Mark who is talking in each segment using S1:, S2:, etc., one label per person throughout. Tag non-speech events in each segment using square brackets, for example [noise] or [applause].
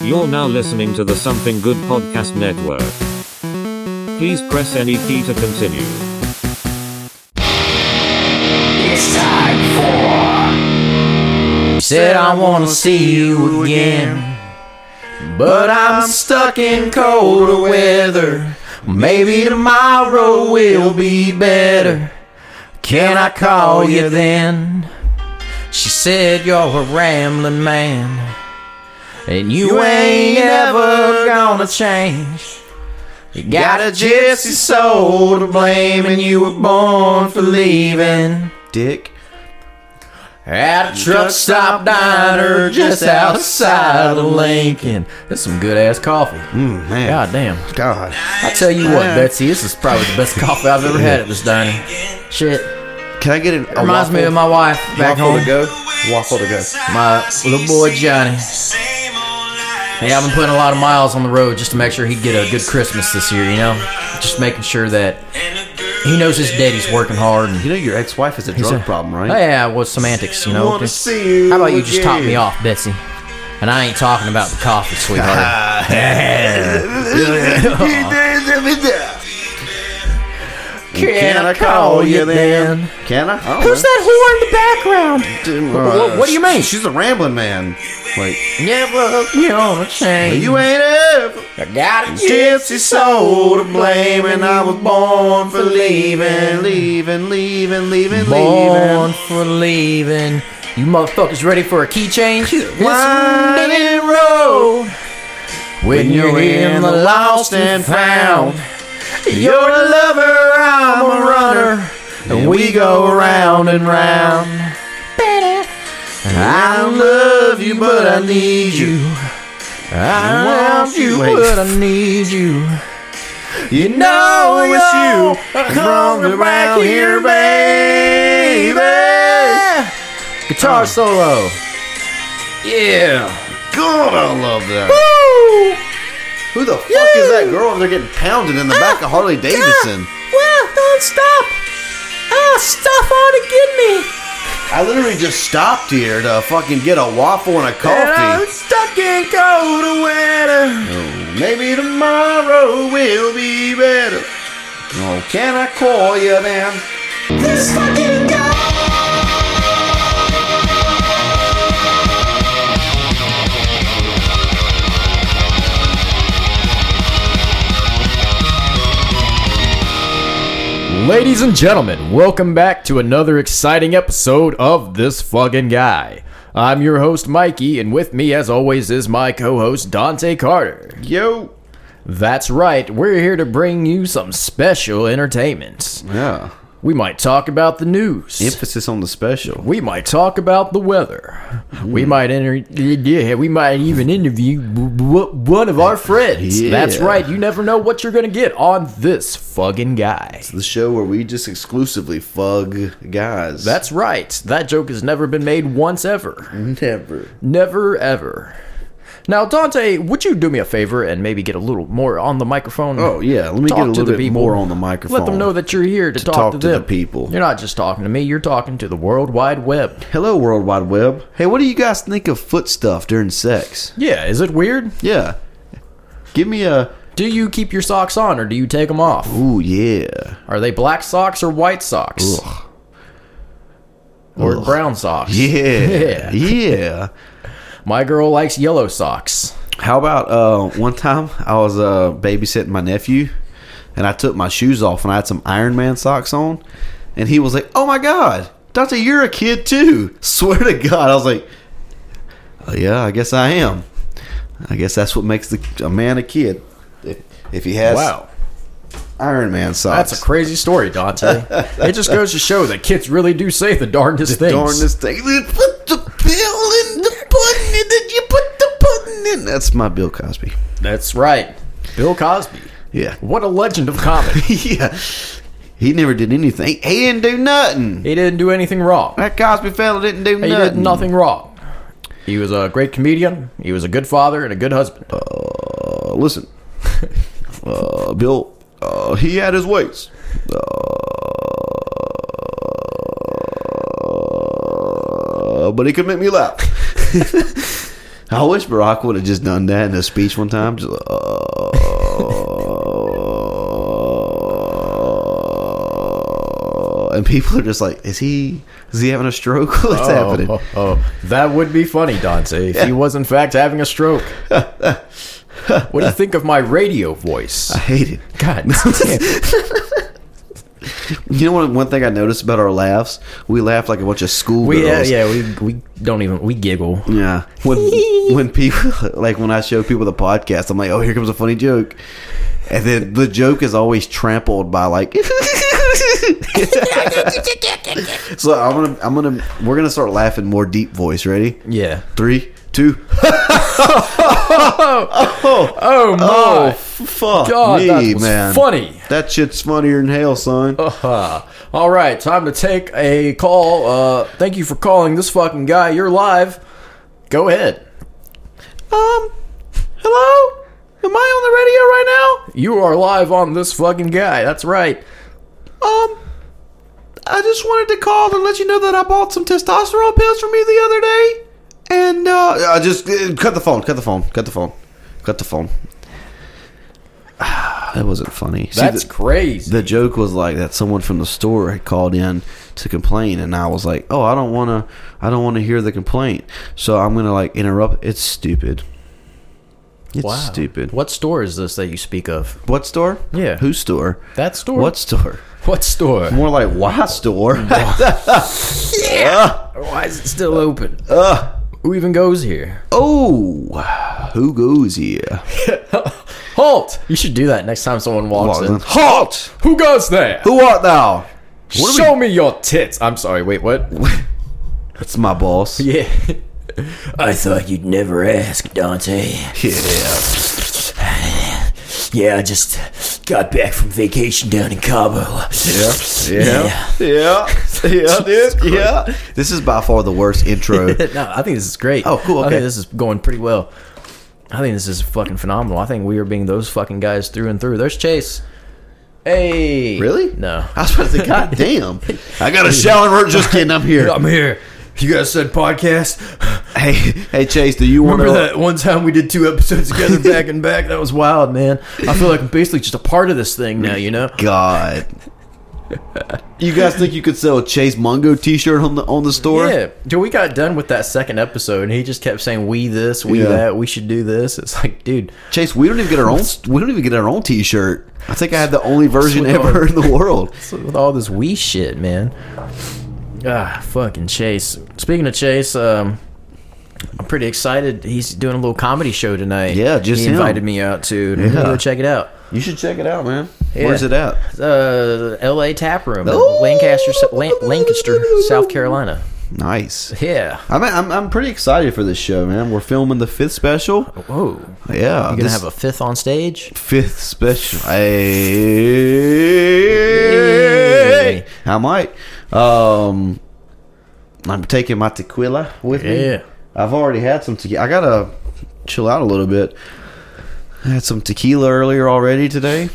S1: You're now listening to the Something Good Podcast Network. Please press any key to continue.
S2: It's time for.
S3: Said I wanna see you again, but I'm stuck in colder weather. Maybe tomorrow will be better. Can I call you then? She said you're a rambling man, and you ain't ever gonna change. You got a gypsy soul to blame, and you were born for leaving, Dick. At a truck stop diner just outside of Lincoln. That's some good ass coffee.
S4: Mm, man.
S3: God damn.
S4: God.
S3: I tell you what, Betsy, this is probably the best coffee I've ever had at this diner. Shit.
S4: Can I get an a
S3: Reminds me
S4: waffle-
S3: of my wife back
S4: waffle
S3: home.
S4: to go? Waffle to go.
S3: My little boy Johnny. Yeah, I've been putting a lot of miles on the road just to make sure he'd get a good Christmas this year, you know? Just making sure that he knows his daddy's working hard and
S4: You know your ex-wife has a drug problem, right?
S3: Yeah, well, semantics, you know.
S4: Wanna see you
S3: How about you just top me
S4: again.
S3: off, Betsy? And I ain't talking about the coffee,
S4: [laughs]
S3: sweetheart.
S4: Can I call you then? Can I? Oh, I don't know.
S3: that whore in the
S4: Dude,
S3: What- what do you mean?
S4: She's a rambling man. Like
S3: Never you on a chain.
S4: you ain't ever
S3: I got a
S4: gypsy soul to blame, and I was born for leaving, leaving, leaving, leaving,
S3: Born
S4: leaving.
S3: for leaving. You motherfuckers ready for a key change?
S4: Winding road.
S3: When you're in the lost and found,
S4: You're a lover, I'm a runner, and we go round and round. I don't love you, but I need you.
S3: I want you,
S4: Wait.
S3: but I need you.
S4: You know it's you. Wrong around here, baby.
S3: Guitar solo.
S4: Yeah. God, I love that. Who the fuck is that girl over there getting pounded in the back of Harley Davidson?
S3: Well, don't stop. Ah, stuff on to get me.
S4: I literally just stopped here to fucking get a waffle and a coffee.
S3: stuck in cold weather.
S4: Maybe tomorrow will be better. Oh, can I call you then?
S2: This fucking guy.
S5: Ladies and gentlemen, welcome back to another exciting episode of This Fucking Guy. I'm your host, Mikey, and with me, as always, is my co host, Dante Carter.
S4: Yo.
S5: That's right, we're here to bring you some special entertainment.
S4: Yeah.
S5: We might talk about the news.
S4: Emphasis on the special.
S5: We might talk about the weather.
S4: Hmm.
S5: We might enter. Yeah, we might even interview w- w- one of our friends.
S4: Yeah.
S5: That's right. You never know what you're gonna get on this fucking guy.
S4: The show where we just exclusively fug guys.
S5: That's right. That joke has never been made once ever.
S4: never.
S5: Never ever. Now, Dante, would you do me a favor and maybe get a little more on the microphone?
S4: Oh, yeah, let me
S5: Talk
S4: get a
S5: to
S4: little
S5: the
S4: bit
S5: people.
S4: more on the
S5: Let them
S4: microphone
S5: know that you're here to, talk,
S4: talk
S5: to,
S4: to the
S5: them.
S4: people.
S5: You're not just talking to me. You're talking to the World Wide Web.
S4: Hello, World Wide Web. Hey, what do you guys think of foot stuff during sex?
S5: Yeah. Is it weird?
S4: Yeah. Give me a.
S5: Do you keep your socks on or do you take them off?
S4: Ooh, yeah.
S5: Are they black socks or white socks? Or brown socks?
S4: Yeah.
S5: Yeah.
S4: Yeah.
S5: My girl likes yellow socks.
S4: How about uh, one time I was uh, babysitting my nephew and I took my shoes off and I had some Iron Man socks on. And he was like, oh my God, Dante, you're a kid too. [laughs] Swear to God. I was like, "Oh, yeah, I guess I am. I guess that's what makes the, a man a kid. If, if he has
S5: Wow.
S4: Iron Man socks.
S5: That's a crazy story,
S4: [laughs]
S5: Dante. it just goes to show that kids really do say the darndest things.
S4: Darn this thing. Put the pill in the pudding. and Did you put the pudding in? That's my Bill Cosby.
S5: That's right. Bill Cosby.
S4: Yeah. [laughs]
S5: What a legend of comedy.
S4: yeah. He never did anything. He didn't do nothing.
S5: he didn't do anything wrong.
S4: That Cosby fella didn't do
S5: He
S4: nothing.
S5: did nothing wrong. He was a great comedian. He was a good father and a good husband.
S4: Uh, listen, uh, Bill, uh, he had his ways.
S3: [laughs]
S4: Uh, but he could make me laugh. I wish Barack would have just done that in a speech one time. Just, uh, [laughs] and people are just like, "Is he? Is he having a stroke? [laughs] What's happening?"
S3: Oh, oh, oh. that would be funny, Dante, if he was in fact having a stroke. what do you think of my radio voice?
S4: I hate it.
S3: God [laughs] damn.
S4: You know what? One thing I noticed about our laughs, we laugh like a bunch
S3: We
S4: of
S3: uh,
S4: schoolgirls.
S3: yeah, we we don't even we giggle.
S4: Yeah.
S3: [laughs]
S4: When when people [laughs] like when I show people the podcast, I'm like, oh, here comes a funny joke, and then the joke is always trampled by
S3: [laughs]
S4: like. [laughs] so I'm gonna I'm gonna we're gonna start laughing more deep voice. Ready?
S3: Yeah.
S4: Three, two.
S3: Oh
S4: Oh,
S3: my
S4: fuck
S3: God,
S4: me,
S3: that was
S4: man!
S3: funny.
S4: That shit's funnier than hell, son.
S3: Uh, all right, time to take a call. Uh, thank you for calling this fucking guy. You're live. Go ahead.
S4: Um, hello. Am I on the radio right now?
S3: You are live on this fucking guy. That's right.
S4: Um, I just wanted to call to let you know that I bought some testosterone pills from you the other day, and uh, I just uh, cut the phone, cut the phone, cut the phone, cut the phone. [sighs] that wasn't funny. See,
S3: That's
S4: the,
S3: crazy.
S4: the joke was like that someone from the store had called in to complain, and I was like, "Oh, I don't want to, I don't want to hear the complaint, so I'm gonna like interrupt." It's stupid. It's stupid.
S3: What store is this that you speak of?
S4: What store?
S3: Yeah.
S4: Whose store?
S3: That store?
S4: What store?
S3: What store?
S4: [laughs] More like why
S3: [laughs]
S4: store? [laughs]
S3: Why is it still open? Who even goes
S4: [laughs]
S3: here?
S4: Oh, who goes here?
S3: Halt! You should do that next time someone walks in.
S4: Halt!
S3: Who goes there?
S4: Who art thou?
S3: Show me your tits. I'm sorry. Wait, what?
S4: That's
S3: [laughs]
S4: my boss. Yeah.
S3: Yeah. I thought you'd never ask, Dante.
S6: Yeah, I just got back from vacation down in Cabo.
S4: Yeah. Yeah. Yeah.
S3: [laughs]
S4: Yeah, dude. Yeah. This is by far the worst intro.
S3: no, I think this is great.
S4: Oh, cool,
S3: I
S4: okay.
S3: think this is going pretty well. I think this is fucking phenomenal. I think we are being those fucking guys through and through. There's Chase. Hey.
S4: Really?
S3: No.
S4: I was about
S3: [laughs]
S4: to think, God damn. I got a shower. Just kidding. I'm here.
S3: I'm here. You guys said podcast.
S4: Hey, hey, Chase, do you want
S3: Remember
S4: to.
S3: that one time we did two episodes together back and back? That was wild, man. I feel like I'm basically just a part of this thing now, you know?
S4: God. You guys think you could sell a Chase Mungo t shirt on the on the store?
S3: Yeah, dude, we got done with that second episode, and he just kept saying, "We this, we
S4: Yeah.
S3: that, we should do this." It's like, dude,
S4: Chase, we don't even get our own. We don't even get our own T-shirt. I think I had the only version
S3: Sweet
S4: ever in
S3: [laughs]
S4: the world.
S3: what's with all this we shit, man? Ah, fucking Chase. Speaking of Chase, um, I'm pretty excited. He's doing a little comedy show tonight.
S4: Yeah, just
S3: he
S4: him.
S3: invited me out to and I'm gonna
S4: Yeah.
S3: go check it out.
S4: You should check it out, man.
S3: Yeah.
S4: Where's it at?
S3: Uh, L.A. Tap Room, in
S4: Oh!
S3: Lancaster, Lan- Lancaster, South Carolina.
S4: Nice.
S3: [laughs] Yeah.
S4: I'm, I'm I'm pretty excited for this show, man. We're filming the fifth special.
S3: Whoa.
S4: Yeah,
S3: Oh. You gonna have a fifth on stage?
S4: fifth special. Hey, I might. Um, I'm taking my tequila with me.
S3: Yeah.
S4: I've already had some tequila. I gotta chill out a little bit. I had some tequila earlier already today.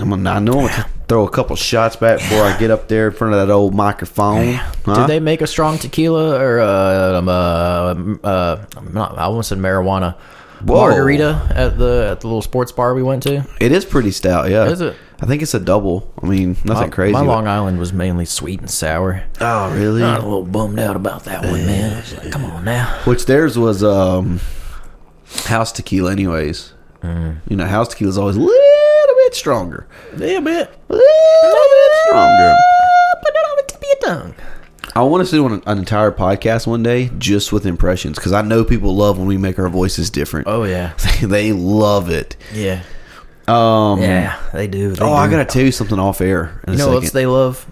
S4: I'm gonna, I know I'm gonna throw a couple shots back before I get up there in front of that old microphone. Huh?
S3: Did they make a strong tequila or uh, um, uh, um, uh, I'm not, I almost said marijuana
S4: Whoa.
S3: margarita at the at the little sports bar we went to?
S4: It is pretty stout, yeah.
S3: Is it?
S4: I think it's a double. I mean, nothing
S3: My-
S4: crazy.
S3: Uh, My
S4: but-
S3: Long Island was mainly sweet and sour.
S4: oh, really?
S6: I'm a little bummed out about that one, man. I was like, come on now.
S4: Which theirs was um, house tequila, anyways.
S3: Mm.
S4: You know, house tequila is always a little bit stronger.
S3: Yeah, bit.
S4: A little bit stronger.
S3: Put it on the tip of your tongue.
S4: I want us to do an, an entire podcast one day just with impressions because I know people love when we make our voices different.
S3: Oh yeah,
S4: [laughs] they love it.
S3: [laughs] yeah,
S4: Um,
S3: yeah. They do. They
S4: Oh, I
S3: do.
S4: gotta tell you something off air. In
S3: You know
S4: a
S3: what
S4: second.
S3: else they love?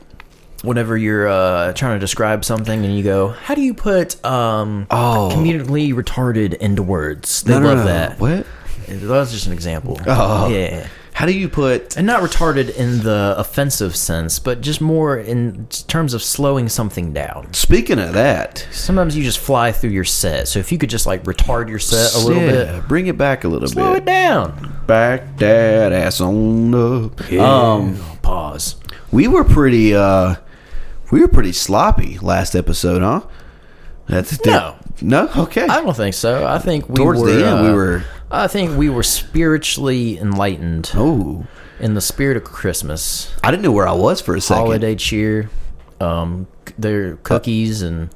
S3: Whenever you're uh, trying to describe something and you go, "How do you put um,
S4: Oh.
S3: communally retarded into words?" They
S4: No, no,
S3: love
S4: no.
S3: that.
S4: What?
S3: That was just an example.
S4: Oh.
S3: Yeah.
S4: How do you put?
S3: And not retarded in the offensive sense, but just more in terms of slowing something down.
S4: Speaking of that,
S3: Sometimes you just fly through your set. So if you could just like retard your set Uh, a little
S4: yeah,
S3: bit,
S4: Bring it back a little
S3: slow
S4: bit.
S3: it down.
S4: Back that ass on up. Um,
S3: Pause.
S4: we were pretty uh we were pretty sloppy last episode huh That's
S7: No.
S4: no. Okay.
S3: I don't think so. I think we
S4: Towards
S3: were,
S4: the end, we
S3: uh,
S4: were-
S3: I think we were spiritually enlightened
S4: oh,
S3: in the spirit of Christmas,
S4: I didn't know where I was for a second.
S3: holiday cheer, um, c- their cookies, and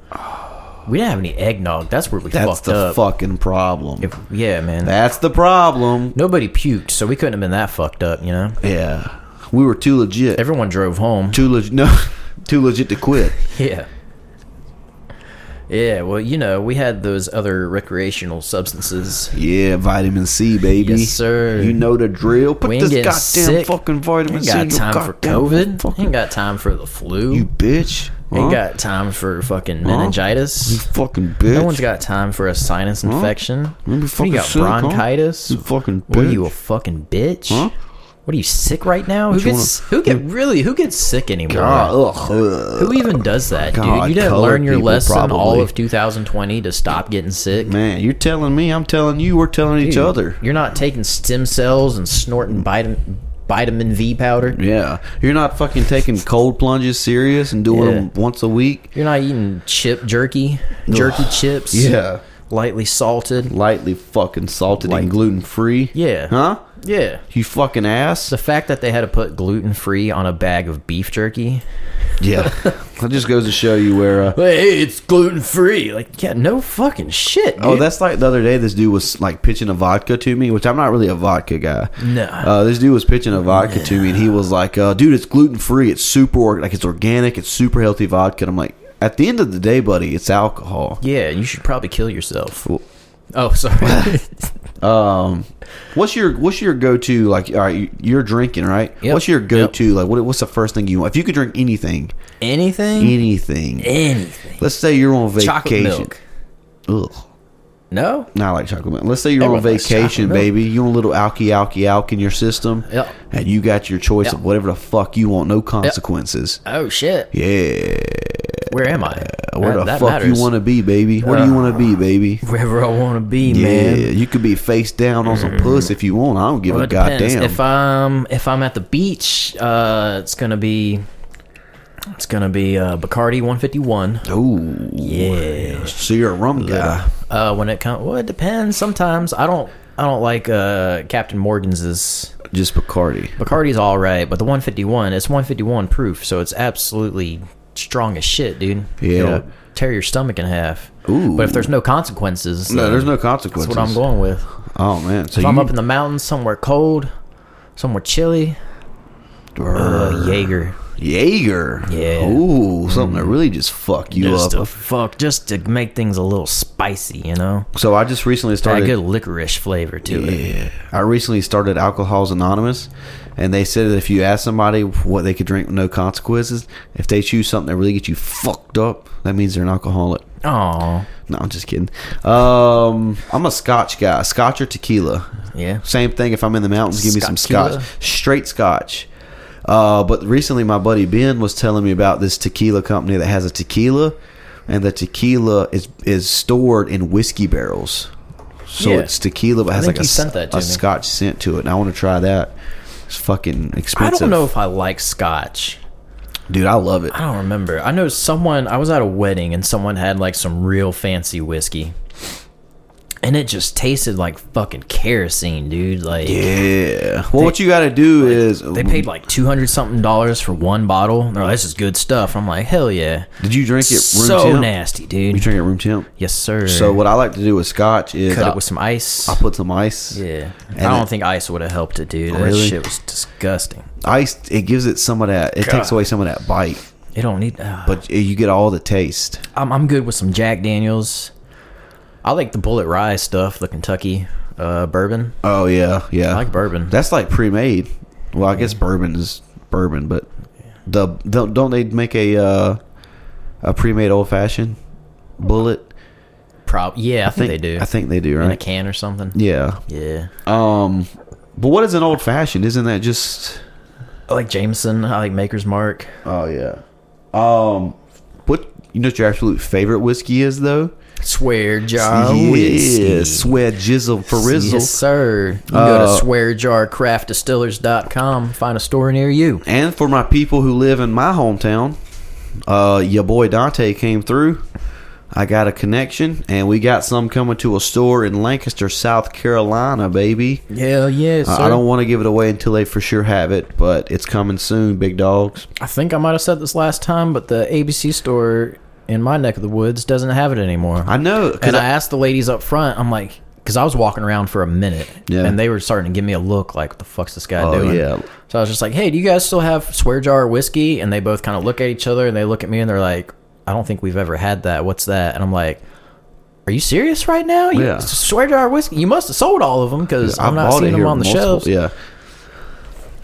S3: we didn't have any eggnog. That's where we
S4: That's
S3: fucked
S4: the
S3: up.
S4: fucking problem.
S3: If- yeah, man.
S4: That's the problem.
S3: Nobody puked, so we couldn't have been that fucked up. You know,
S4: Yeah, we were too legit.
S3: everyone drove
S4: [laughs]
S3: home.
S4: too legit. No, too legit to quit.
S3: Yeah. Yeah, well, you know, we had those other recreational substances.
S4: Yeah, vitamin C, baby.
S3: Yes, sir.
S4: You know the drill. Put
S3: We ain't
S4: this
S3: getting
S4: goddamn
S3: sick.
S4: fucking vitamin
S3: Ain't
S4: C. in
S3: got
S4: your
S3: time for
S4: goddamn
S3: COVID.
S4: Fucking,
S3: Ain't got time for the flu.
S4: you bitch. Huh?
S3: Ain't got time for fucking meningitis.
S4: fucking bitch.
S3: No one's got time for a sinus infection.
S4: You be
S3: What,
S4: fucking
S3: you got
S4: sick, huh?
S3: bronchitis.
S4: You fucking
S3: What are
S4: bitch.
S3: you a fucking bitch?
S4: Huh?
S3: What are you sick right now? Who
S4: you
S3: gets who get really who gets sick anymore?
S4: God, Ah, ugh, ugh.
S3: Who even does that,
S4: God,
S3: dude? You didn't
S4: colored
S3: learn your
S4: people,
S3: lesson all
S4: probably.
S3: of 2020 to stop getting sick.
S4: Man, you're telling me. I'm telling you. We're telling each
S3: Dude,
S4: other.
S3: You're not taking stem cells and snorting vitamin vitamin V powder.
S4: Yeah, you're not fucking taking cold plunges serious and doing
S3: Yeah.
S4: them once a week.
S3: You're not eating chip jerky, jerky chips.
S4: Yeah.
S3: lightly salted.
S4: Lightly fucking salted and gluten free.
S3: Yeah.
S4: Huh?
S3: Yeah.
S4: You fucking
S3: [laughs]
S4: ass.
S3: The fact that they had to put gluten free on a bag of beef jerky.
S4: Yeah. [laughs] that just goes to show you where. Uh,
S3: Hey, it's gluten free. Like, yeah, no fucking shit.
S4: Oh,
S3: dude.
S4: that's like the other day. This dude was like pitching a vodka to me, which I'm not really a vodka guy.
S3: No.
S4: uh, this dude was pitching a vodka to me, and he was like, uh, "Dude, it's gluten free. It's super or- like it's organic. It's super healthy vodka." And I'm like, at the end of the day, buddy, it's alcohol.
S3: yeah. You should probably kill yourself.
S4: Well-
S3: Oh,
S4: [laughs]
S3: sorry. [laughs]
S4: What's your What's your go to like? All right, you- you're drinking, right?
S3: Yep.
S4: What's your go to like? What, what's the first thing you want? If you could drink anything,
S3: Anything?
S4: anything.
S3: Anything?
S4: Let's say you're on vacation.
S3: Eh. Chocolate milk?
S4: Ugh.
S3: No.
S4: Not like chocolate milk. Let's say you're
S3: Everyone
S4: on
S3: likes chocolate
S4: vacation,
S3: milk.
S4: baby. You want a little alky alky alk in your system,
S3: Yep.
S4: and you got your choice
S3: Yep.
S4: of whatever the fuck you want, no consequences.
S3: Oh shit.
S4: Yeah, Uh,
S3: Where am I?
S4: where
S3: That-
S4: the
S3: that
S4: fuck
S3: matters.
S4: you want to be, baby? Where do you want to be, baby?
S3: Wherever I want to be,
S4: Yeah,
S3: man. Mm.
S4: you could be face down on some puss if you want. I don't give
S3: Well,
S4: a
S3: it depends.
S4: goddamn.
S3: If I'm if I'm at the beach, uh, it's gonna be it's gonna be uh, Bacardi 151.
S4: Ooh,
S3: Yeah.
S4: so you're a rum guy.
S3: Uh, when it comes, well, it depends. Sometimes I don't I don't like uh, Captain Morgan's. Is,
S4: Just Bacardi.
S3: Bacardi's all right, but the 151 it's 151 proof, so it's absolutely strong as shit, dude.
S4: Yeah.
S3: It'll tear your stomach in half.
S4: Ooh.
S3: But if there's no consequences,
S4: No,
S3: then
S4: there's no
S3: That's
S4: consequences.
S3: what I'm going with.
S4: Oh man, so
S3: If
S4: you,
S3: I'm up in the mountains, somewhere cold, somewhere chilly, uh, Jaeger.
S4: Jaeger.
S3: Yeah. Mm.
S4: Ooh, something that really just fuck you
S3: just
S4: up.
S3: to fuck, just to make things a little spicy, you know.
S4: so I just recently
S3: Got a
S4: started.
S3: good licorice flavor to it.
S4: Yeah. I recently started Alcohol's Anonymous, and they said that if you ask somebody what they could drink with no consequences, if they choose something that really gets you fucked up, that means they're an alcoholic.
S3: Oh,
S4: No, I'm just kidding. Um, I'm a Scotch guy. Scotch or tequila.
S3: yeah.
S4: Same thing. If I'm in the mountains, give me some
S3: Scotch-cula.
S4: Scotch. Straight Scotch. Uh, but recently, my buddy Ben was telling me about this tequila company that has a tequila, and the tequila is is stored in whiskey barrels. So
S3: Yeah.
S4: it's tequila, but has
S3: think
S4: like
S3: you
S4: a, s-
S3: sent that to
S4: a
S3: me.
S4: Scotch scent to it. And I want to try that. It's fucking
S3: I
S4: expensive.
S3: don't know if I like scotch.
S4: dude. I love it.
S3: I don't remember. I know someone. I was at a wedding and someone had like some real fancy whiskey, and it just tasted like fucking kerosene, dude. Like
S4: Yeah. Well, what you got to do is
S3: they paid like two hundred something dollars for one bottle. And they're like, "This is good stuff." I'm like, "Hell yeah!"
S4: Did you drink it room
S3: so
S4: temp?
S3: nasty,
S4: You
S3: dude.
S4: drink it room temp.
S3: yes, sir.
S4: So what I like to do with Scotch is
S3: cut
S4: I,
S3: it with some ice.
S4: I put some ice.
S3: Yeah.
S4: And
S3: I don't
S4: it-
S3: think ice would have helped it, dude. That
S4: Really?
S3: shit was disgusting.
S4: ice it gives it some of that it takes away some of that bite
S3: It don't need. Uh,
S4: but you get all the taste
S3: I'm, I'm good with some Jack Daniels. I like the Bullet Rye stuff, the Kentucky uh, bourbon.
S4: oh yeah yeah
S3: I like bourbon.
S4: that's like pre-made well i guess bourbon is bourbon but the don't, don't they make a uh a pre-made old-fashioned bullet
S3: Prob- yeah, I, think, they do.
S4: i think they do
S3: in a
S4: right
S3: can or something.
S4: yeah
S3: Yeah.
S4: um but what is an old-fashioned isn't that just
S3: I like Jameson. I like Maker's Mark.
S4: oh yeah um what you know what your absolute favorite whiskey is though
S3: Swear jar
S4: yeah,
S3: Uh, whiskey.
S4: sweat jizzle for rizzle
S3: Yes, sir. You can
S4: Uh,
S3: go to swearjarcraftdistillers.com. Find a store near you.
S4: And for my people who live in my hometown, uh, your boy Dante came through. I got a connection, and we got some coming to a store in Lancaster, South Carolina, baby.
S3: Hell yeah, sir.
S4: Uh, I don't want to give it away until they for sure have it, but it's coming soon, big dogs.
S3: I think I might have said this last time, but the ABC store in my neck of the woods doesn't have it anymore.
S4: I know. 'cause
S3: and I,
S4: I-
S3: asked the ladies up front, I'm like, because I was walking around for a minute,
S4: Yeah.
S3: and they were starting to give me a look like, what the fuck's this guy
S4: Oh,
S3: doing?
S4: yeah.
S3: So I was just like, hey, do you guys still have swear jar whiskey? And they both kind of look at each other and they look at me and they're like, I don't think we've ever had that. What's that? And I'm like, are you serious right now? You,
S4: Yeah.
S3: Swear jar whiskey? You must have sold all of them because
S4: I
S3: I'm not
S4: bought it
S3: seeing them
S4: here
S3: on the
S4: multiple-
S3: shelves.
S4: Yeah.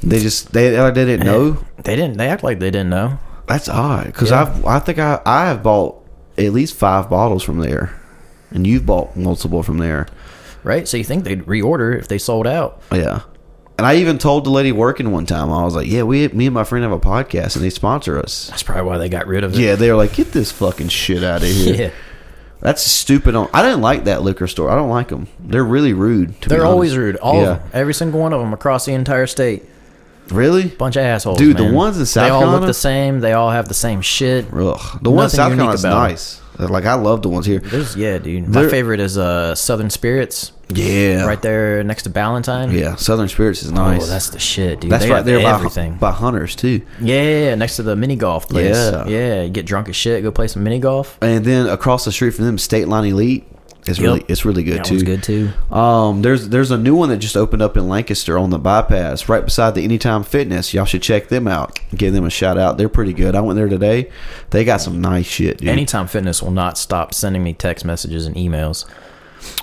S4: They just they, they didn't know.
S3: They didn't. They act like they didn't know.
S4: That's odd because
S3: Yeah.
S4: I've I think I I have bought at least five bottles from there, and you've bought multiple from there.
S3: Right, so you think they'd reorder if they sold out?
S4: Yeah. And I even told the lady working one time, I was like, "Yeah, we, me and my friend have a podcast, and they sponsor us."
S3: That's probably why they got rid of it.
S4: Yeah, they were like, "Get this fucking shit out of here."
S3: [laughs] yeah.
S4: That's stupid. On I didn't like that liquor store. I don't like them. They're really rude. To be
S3: They're
S4: honest.
S3: always rude. All
S4: Yeah.
S3: of them. Every single one of them across the entire state.
S4: Really?
S3: Bunch of assholes.
S4: Dude, the
S3: man.
S4: ones in South
S3: They all
S4: Carolina-
S3: look the same. They all have the same shit.
S4: Ugh. The one in
S3: Nothing
S4: South
S3: unique
S4: Carolina's
S3: about 'em.
S4: nice. Like I love the ones here.
S3: There's, yeah, dude. My
S4: They're-
S3: favorite is uh, Southern Spirits
S4: Yeah.
S3: right there next to Ballantine.
S4: Yeah. Southern Spirits is nice.
S3: Oh, that's the shit, dude.
S4: that's
S3: They
S4: right
S3: have
S4: there by,
S3: everything.
S4: by Hunters too.
S3: yeah, yeah, yeah, next to the mini golf place.
S4: Yeah.
S3: Yeah. you get drunk as shit, go play some mini golf.
S4: And then across the street from them, State Line Elite is really it's really good
S3: That
S4: too.
S3: one's good too.
S4: Um, there's there's a new one that just opened up in Lancaster on the bypass, right beside the Anytime Fitness. Y'all should check them out. Give them a shout out. They're pretty good. I went there today. They got some nice shit, dude.
S3: Anytime Fitness will not stop sending me text messages and emails.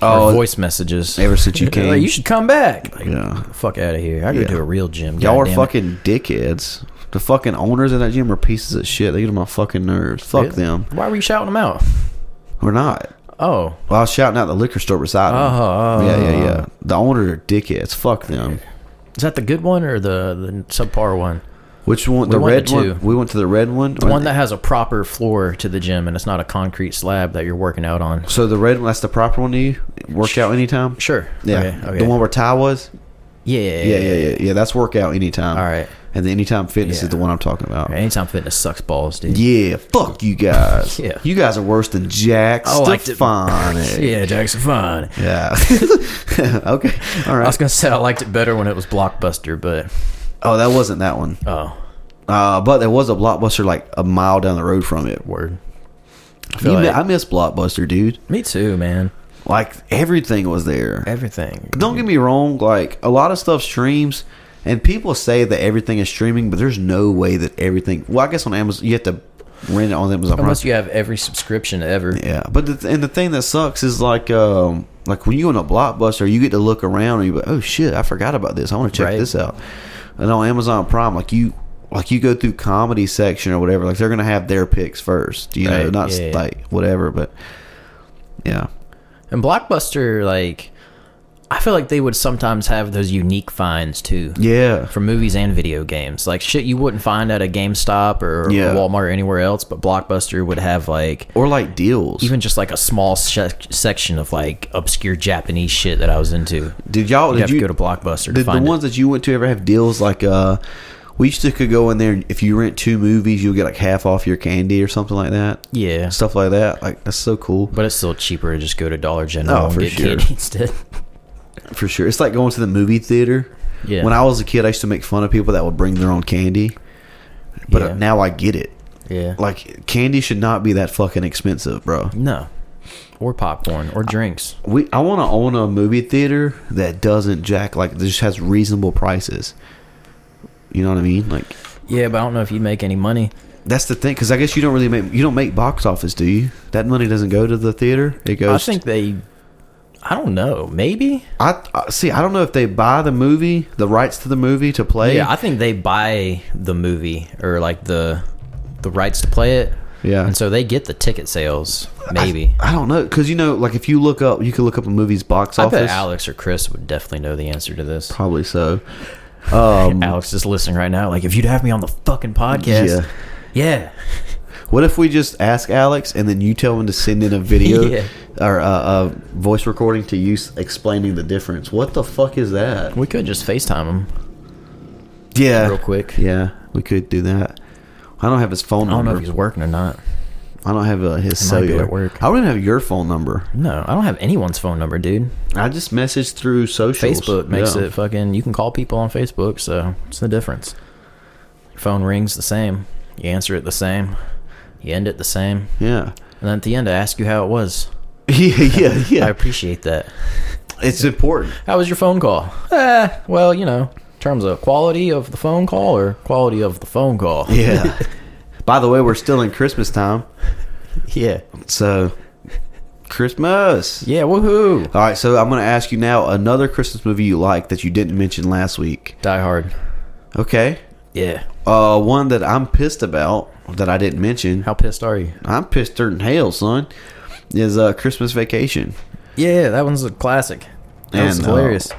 S4: Oh,
S3: or voice messages.
S4: ever since you
S3: [laughs] They're
S4: came.
S3: like, you should come back. Like,
S4: Yeah.
S3: Fuck out of here. I go
S4: Yeah.
S3: to a real gym.
S4: Y'all
S3: God
S4: are
S3: damn it.
S4: fucking dickheads. The fucking owners of that gym are pieces of shit. They get on my fucking nerves. Fuck them.
S3: Why were you shouting them out?
S4: We're not.
S3: Oh,
S4: Well, I was shouting out the liquor store beside them.
S3: Oh, oh,
S4: yeah, yeah, yeah. The owners are dickheads. Fuck them.
S3: is that the good one or the, the subpar one?
S4: Which one? The
S3: went to
S4: red one.
S3: two.
S4: We went to the red one.
S3: The one that has a proper floor to the gym and it's not a concrete slab that you're working out on.
S4: So the red one. That's the proper one to you. Workout anytime.
S3: Sure.
S4: Yeah.
S3: Okay. okay.
S4: The one where Ty was.
S3: yeah, yeah,
S4: Yeah, yeah, yeah, yeah. That's workout anytime.
S3: All right.
S4: And the anytime fitness
S3: Yeah.
S4: is the one I'm talking about.
S3: Anytime Fitness sucks balls, dude.
S4: Yeah. Fuck you
S3: [laughs]
S4: guys.
S3: Yeah. Oh,
S4: You guys are worse than Jack
S3: I liked it.
S4: Stefani.
S3: [laughs] Yeah, Jackson Fine.
S4: Yeah. [laughs] okay. All
S3: I was
S4: right.
S3: gonna say I liked it better when it was Blockbuster, but
S4: Oh, that wasn't that one.
S3: oh,
S4: Uh, but there was a blockbuster like a mile down the road from it.
S3: word. I,
S4: You
S3: feel
S4: mi-
S3: like-
S4: I miss Blockbuster, dude.
S3: me too, man.
S4: Like everything was there.
S3: Everything.
S4: Don't get me wrong. Like a lot of stuff streams, and people say that everything is streaming, but there's no way that everything. Well, I guess on Amazon you have to rent it on Amazon. Prime.
S3: Unless you have every subscription ever.
S4: Yeah, but the th- and the thing that sucks is like um like when you in a blockbuster, you get to look around and you go, oh shit, I forgot about this. I want to check
S3: Right.
S4: this out. And on Amazon Prime, like you like you go through comedy section or whatever, like they're gonna have their picks first, you know,
S3: Right,
S4: not s
S3: yeah, yeah.
S4: like whatever, but yeah,
S3: And Blockbuster, like, I feel like they would sometimes have those unique finds too.
S4: yeah,
S3: For movies and video games. Like shit you wouldn't find at a GameStop or
S4: Yeah.
S3: Walmart or anywhere else, but Blockbuster would have like
S4: or like deals.
S3: even just like a small se- section of like obscure Japanese shit that I was into.
S4: did y'all
S3: You'd
S4: did
S3: have
S4: you
S3: to go to Blockbuster to
S4: Did the
S3: find
S4: ones that you went to ever have deals like uh? We used to could go in there and if you rent two movies, you'll get like half off your candy or something like that.
S3: it. Yeah.
S4: Stuff like that. Like that's so cool.
S3: But it's still cheaper to just go to Dollar General
S4: Oh,
S3: and
S4: for
S3: get
S4: sure.
S3: candy [laughs] instead.
S4: for sure. It's like going to the movie theater.
S3: Yeah.
S4: When I was a kid, I used to make fun of people that would bring their own candy, but uh,
S3: Yeah.
S4: now I get it.
S3: Yeah.
S4: Like candy should not be that fucking expensive, bro.
S3: no. Or popcorn or drinks.
S4: We I want to own a movie theater that doesn't jack like that just has reasonable prices. You know what I mean? Like
S3: Yeah, but I don't know if you make any money.
S4: that's the thing because I guess you don't really make you don't make box office, do you? That money doesn't go to the theater. It
S3: I
S4: goes.
S3: think they I don't know. Maybe?
S4: I, I see. I don't know if they buy the movie, the rights to the movie to play.
S3: Yeah, I think they buy the movie or like the the rights to play it.
S4: Yeah.
S3: And so they get the ticket sales, maybe.
S4: I don't know because you know, like if you look up, you can look up a movie's box
S3: I,
S4: office.
S3: bet Alex or Chris would definitely know the answer to this.
S4: Probably so.
S3: [laughs]
S4: Um,
S3: Alex is listening right now. Like, if you'd have me on the fucking podcast. Yeah.
S4: What if we just ask Alex and then you tell him to send in a video
S3: [laughs] Yeah.
S4: or a, a voice recording to you s- explaining the difference? What the fuck is that?
S3: We could just FaceTime him.
S4: Yeah,
S3: Real quick.
S4: Yeah, we could do that. I don't have his phone
S3: I don't know
S4: number.
S3: if he's working or not.
S4: I don't have uh, his
S3: might be
S4: cellular.
S3: at work.
S4: I don't even have your phone number.
S3: No, I don't have anyone's phone number, dude.
S4: I just messaged through socials.
S3: Facebook makes
S4: Yeah.
S3: it fucking. You can call people on Facebook, so it's the difference. Your phone rings the same. You answer it the same. You end it the same.
S4: Yeah. [laughs]
S3: And then at the end, I ask you how it was.
S4: Yeah, yeah,
S3: I [laughs]
S4: yeah.
S3: appreciate that.
S4: It's important.
S3: How was your phone call? Eh, well, you know, in terms of quality of the phone call or quality of the phone call.
S4: Yeah. By the way, we're still in Christmas time,
S3: [laughs] Yeah.
S4: so Christmas.
S3: Yeah, woohoo.
S4: All right, so I'm going to ask you now another Christmas movie you like that you didn't mention last week.
S3: Die Hard.
S4: Okay.
S3: Yeah.
S4: Uh, one that I'm pissed about that I didn't mention.
S3: How pissed are you?
S4: I'm pissed dirt and hell, son. Is uh, Christmas Vacation.
S3: Yeah, that one's a classic. That was
S4: And, uh,
S3: hilarious.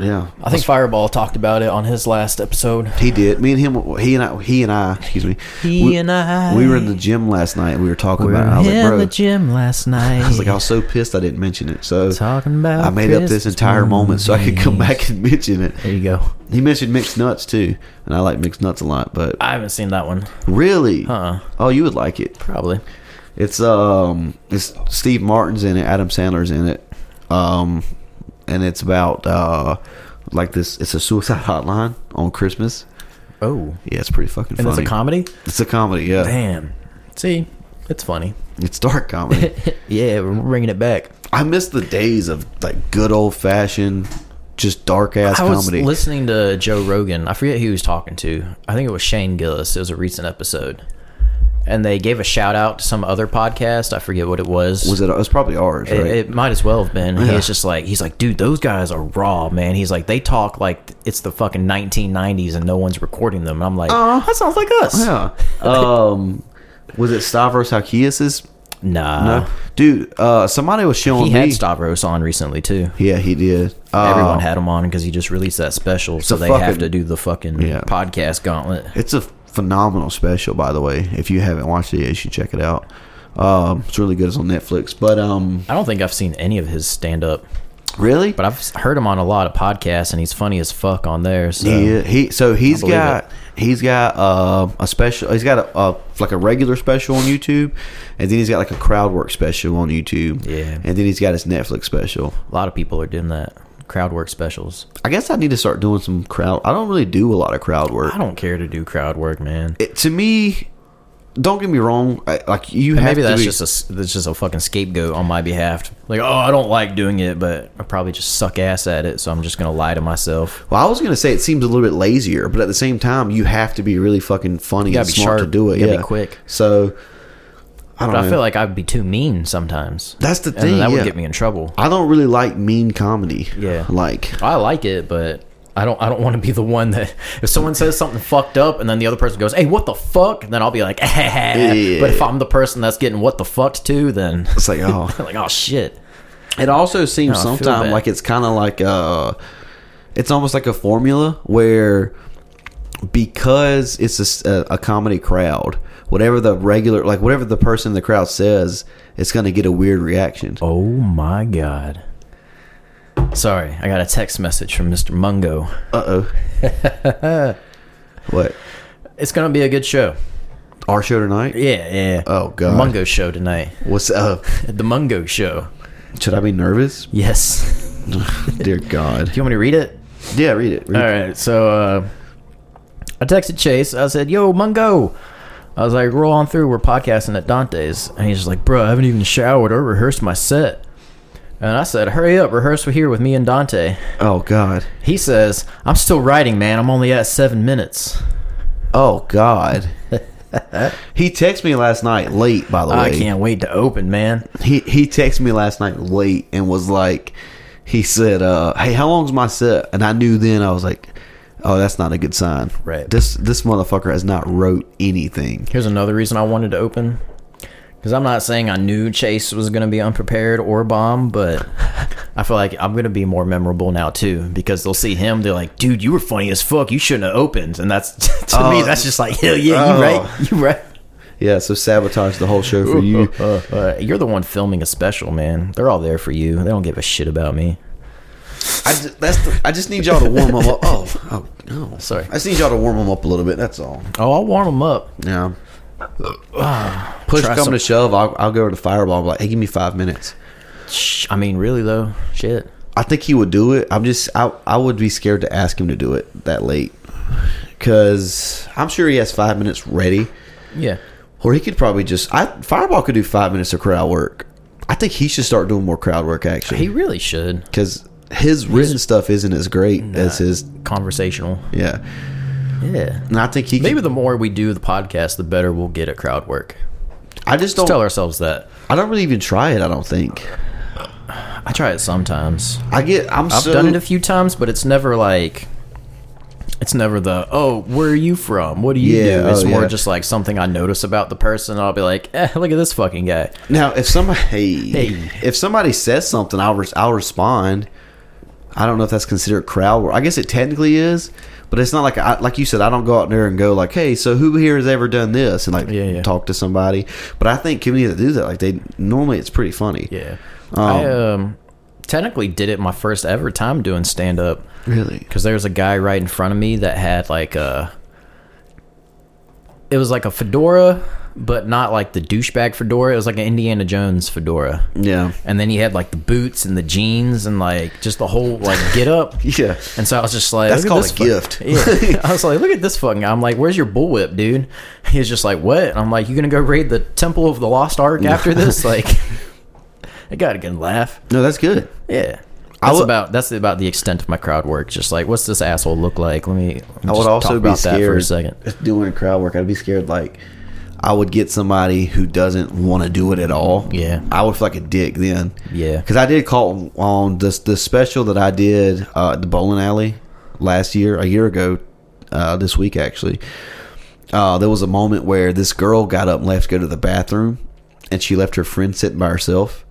S4: Yeah,
S3: I think Fireball talked about it on his last episode.
S4: he did. Me and him, he and I, he and I, excuse me.
S3: He
S4: we,
S3: and I.
S4: We were in the gym last night. We were talking about it. I was
S3: in
S4: like, bro.
S3: the gym last night.
S4: [laughs] I was like, I was so pissed I didn't mention it. So
S3: Talking about
S4: I made up this
S3: Christmas
S4: entire moment so I could come
S3: movies.
S4: back and [laughs] mention it.
S3: there you go.
S4: He mentioned mixed nuts too, and I like mixed nuts a lot. But
S3: I haven't seen that one.
S4: really,
S3: Uh-uh.
S4: oh, you would like it.
S3: Probably.
S4: It's um, it's Steve Martin's in it, Adam Sandler's in it, um, and it's about uh, like this. It's a suicide [laughs] hotline on Christmas.
S3: Oh.
S4: Yeah, it's pretty fucking
S3: And
S4: funny.
S3: it's a comedy?
S4: It's a comedy. Yeah,
S3: Damn. See, it's funny.
S4: it's dark comedy.
S3: [laughs] yeah, we're bringing it back.
S4: I miss the days of like good old fashioned, just dark ass
S3: I was
S4: comedy.
S3: listening to Joe Rogan. I forget who he was talking to. I think it was Shane Gillis. It was a recent episode. And they gave a shout out to some other podcast. I forget what it was.
S4: was it? It was probably ours,
S3: It,
S4: right?
S3: it might as well have been. He
S4: Yeah.
S3: was just like, he's like, dude, those guys are raw, man. He's like, they talk like it's the fucking 1990s and no one's recording them. And I'm like, that sounds like us.
S4: Uh-huh. yeah. [laughs] Um, was it Stavros Hakias's?
S3: Nah.
S4: No, dude. Uh, somebody was showing
S3: He
S4: me.
S3: had Stavros on recently, too.
S4: yeah, he did. Uh,
S3: Everyone had him on because he just released that special. So
S4: a
S3: they have
S4: fucking-
S3: to do the fucking
S4: Yeah.
S3: podcast gauntlet.
S4: It's a phenomenal special, by the way. If you haven't watched it, yet, you should check it out. Um, it's really good. It's on Netflix. But um,
S3: I don't think I've seen any of his stand up.
S4: really,
S3: But I've heard him on a lot of podcasts, and he's funny as fuck on there. So
S4: he, he so he's
S3: believe
S4: got he's got uh, a special. He's got a, a like a regular special on YouTube, and then he's got like a crowd work special on YouTube.
S3: Yeah.
S4: and then he's got his Netflix special.
S3: a lot of people are doing that. Crowd work specials.
S4: I guess I need to start doing some crowd. I don't really do a lot of crowd work.
S3: I don't care to do crowd work, man.
S4: It- to me, don't get me wrong. I, like you
S3: And
S4: have
S3: maybe
S4: to
S3: that's
S4: be-
S3: just a s- that's just a fucking scapegoat on my behalf. Like, oh, I don't like doing it, but I probably just suck ass at it, so I'm just gonna lie to myself.
S4: Well, I was gonna say it seems a little bit lazier, but at the same time, you have to be really fucking funny
S3: gotta
S4: and
S3: be
S4: smart
S3: sharp.
S4: to do it.
S3: You gotta
S4: yeah,
S3: be quick.
S4: So I don't
S3: But I
S4: know.
S3: feel like I'd be too mean sometimes.
S4: That's the
S3: And
S4: thing,
S3: that would
S4: yeah.
S3: get me in trouble.
S4: I don't really like mean comedy.
S3: Yeah.
S4: like
S3: I like it, but I don't. I don't want to be the one that if someone says something fucked up and then the other person goes, "Hey, what the fuck?" Then I'll be like, [laughs] "But if I'm the person that's getting what the fucked to, then [laughs]
S4: it's like oh,
S3: like, oh shit,
S4: it also seems
S3: No, I feel
S4: sometimes
S3: bad.
S4: like it's kind of like uh, it's almost like a formula where because it's a s- a, a comedy crowd, whatever the regular like whatever the person in the crowd says, it's gonna get a weird reaction.
S3: oh my god." Sorry, I got a text message from Mr. Mungo.
S4: Uh oh,
S3: [laughs]
S4: what
S3: It's gonna be a good show.
S4: our show tonight?
S3: Yeah, yeah.
S4: Oh, God.
S3: Mungo show tonight. [laughs]
S4: What's up?
S3: The Mungo show.
S4: Should I be nervous?
S3: Yes.
S4: Dear God.
S3: Do [laughs] you want me to read it?
S4: Yeah, read it. Read
S3: All right, so uh, I texted Chase. I said, "Yo, Mungo." I was like, "Roll on through. We're podcasting at Dante's," and he's just like, "Bro, I haven't even showered or rehearsed my set." And I said, "Hurry up, rehearse here with me and Dante."
S4: it. Oh God.
S3: He says, "I'm still writing, man. I'm only at seven minutes.
S4: Oh [laughs] God. he texted me last night late. By the way,
S3: I can't wait to open, man."
S4: he he texted me last night late and was like, he said, uh, "Hey, how long's my set?" And I knew then I was like, "Oh, that's not a good sign."
S3: Right.
S4: This this motherfucker has not wrote anything.
S3: Here's another reason I wanted to open. Because I'm not saying I knew Chase was going to be unprepared or bomb,
S4: [laughs]
S3: but I feel like I'm going to be more memorable now, too. Because they'll see him, they're like, dude, you were funny as fuck. You shouldn't have opened. And that's, [laughs] to me,
S4: Oh.
S3: that's just like, hell yeah,
S4: Oh.
S3: you right. You right.
S4: Yeah. So sabotage the whole show for you.
S3: Uh, uh, you're the one filming a special, man. They're all there for you. They don't give a shit about me.
S4: [laughs] I just, that's the, I just need y'all to warm 'em up. Oh, oh, oh.
S3: Sorry.
S4: I just need y'all to warm them up a little bit. That's all.
S3: Oh, I'll warm them up.
S4: Yeah. Push
S3: Try
S4: come
S3: some-
S4: to shove, I'll, I'll go over to Fireball. and be like, hey, give me five minutes.
S3: Shh, I mean, really though, shit.
S4: I think he would do it. I'm just I I would be scared to ask him to do it that late because I'm sure he has five minutes ready,
S3: Yeah.
S4: or he could probably just I Fireball could do five minutes of crowd work. I think he should start doing more crowd work
S3: He
S4: actually
S3: really should.
S4: because his written stuff isn't as great as his
S3: Conversational.
S4: yeah.
S3: Yeah.
S4: And I think he
S3: Maybe
S4: could,
S3: the more we do the podcast, the better we'll get at crowd work.
S4: I just
S3: Just
S4: don't
S3: tell ourselves that.
S4: I don't really even try it. I don't think
S3: I try it sometimes.
S4: I get I'm
S3: I've
S4: so
S3: done it a few times, but it's never like it's never the oh, where are you from? What do you
S4: Yeah,
S3: do? It's
S4: oh,
S3: more
S4: yeah.
S3: just like something I notice about the person. I'll be like, eh, look at this fucking guy.
S4: Now, if somebody
S3: Hey.
S4: if somebody says something, I'll res- I'll respond. I don't know if that's considered crowd work. I guess it technically is, but it's not like I, like you said. I don't go out there and go like, "Hey, so who here has ever done this?" and like
S3: Yeah, yeah.
S4: talk to somebody. But I think comedians that do that, like they normally, it's pretty funny.
S3: Yeah.
S4: Um,
S3: I um technically did it my first ever time doing stand up.
S4: really.
S3: because there was a guy right in front of me that had like a it was like a fedora but not like the douchebag fedora it was like an indiana jones fedora
S4: Yeah, [laughs]
S3: and then he had like the boots and the jeans and like just the whole like get up
S4: yeah.
S3: and so i was just like
S4: That's
S3: look at
S4: called
S3: this
S4: a
S3: fuck- [laughs]
S4: gift.
S3: yeah. i was like look at this fucking guy. i'm like where's your bullwhip dude [laughs] he was just like what and i'm like you gonna go raid the temple of the lost ark after this [laughs] like i got a good laugh
S4: No, that's good.
S3: yeah.
S4: I
S3: That's
S4: would-
S3: about that's about the extent of my crowd work. Just like, what's this asshole look like? Let me. Let me
S4: I would
S3: just
S4: also
S3: talk
S4: be
S3: about
S4: scared
S3: that for a second.
S4: doing crowd work. I'd be scared like I would get somebody who doesn't want to do it at all.
S3: Yeah.
S4: I would feel like a dick then.
S3: Yeah.
S4: because I did call on this the special that I did uh, at the bowling alley last year, a year ago, uh, this week actually. Uh, there was a moment where this girl got up and left to go to the bathroom, and she left her friend sitting by herself.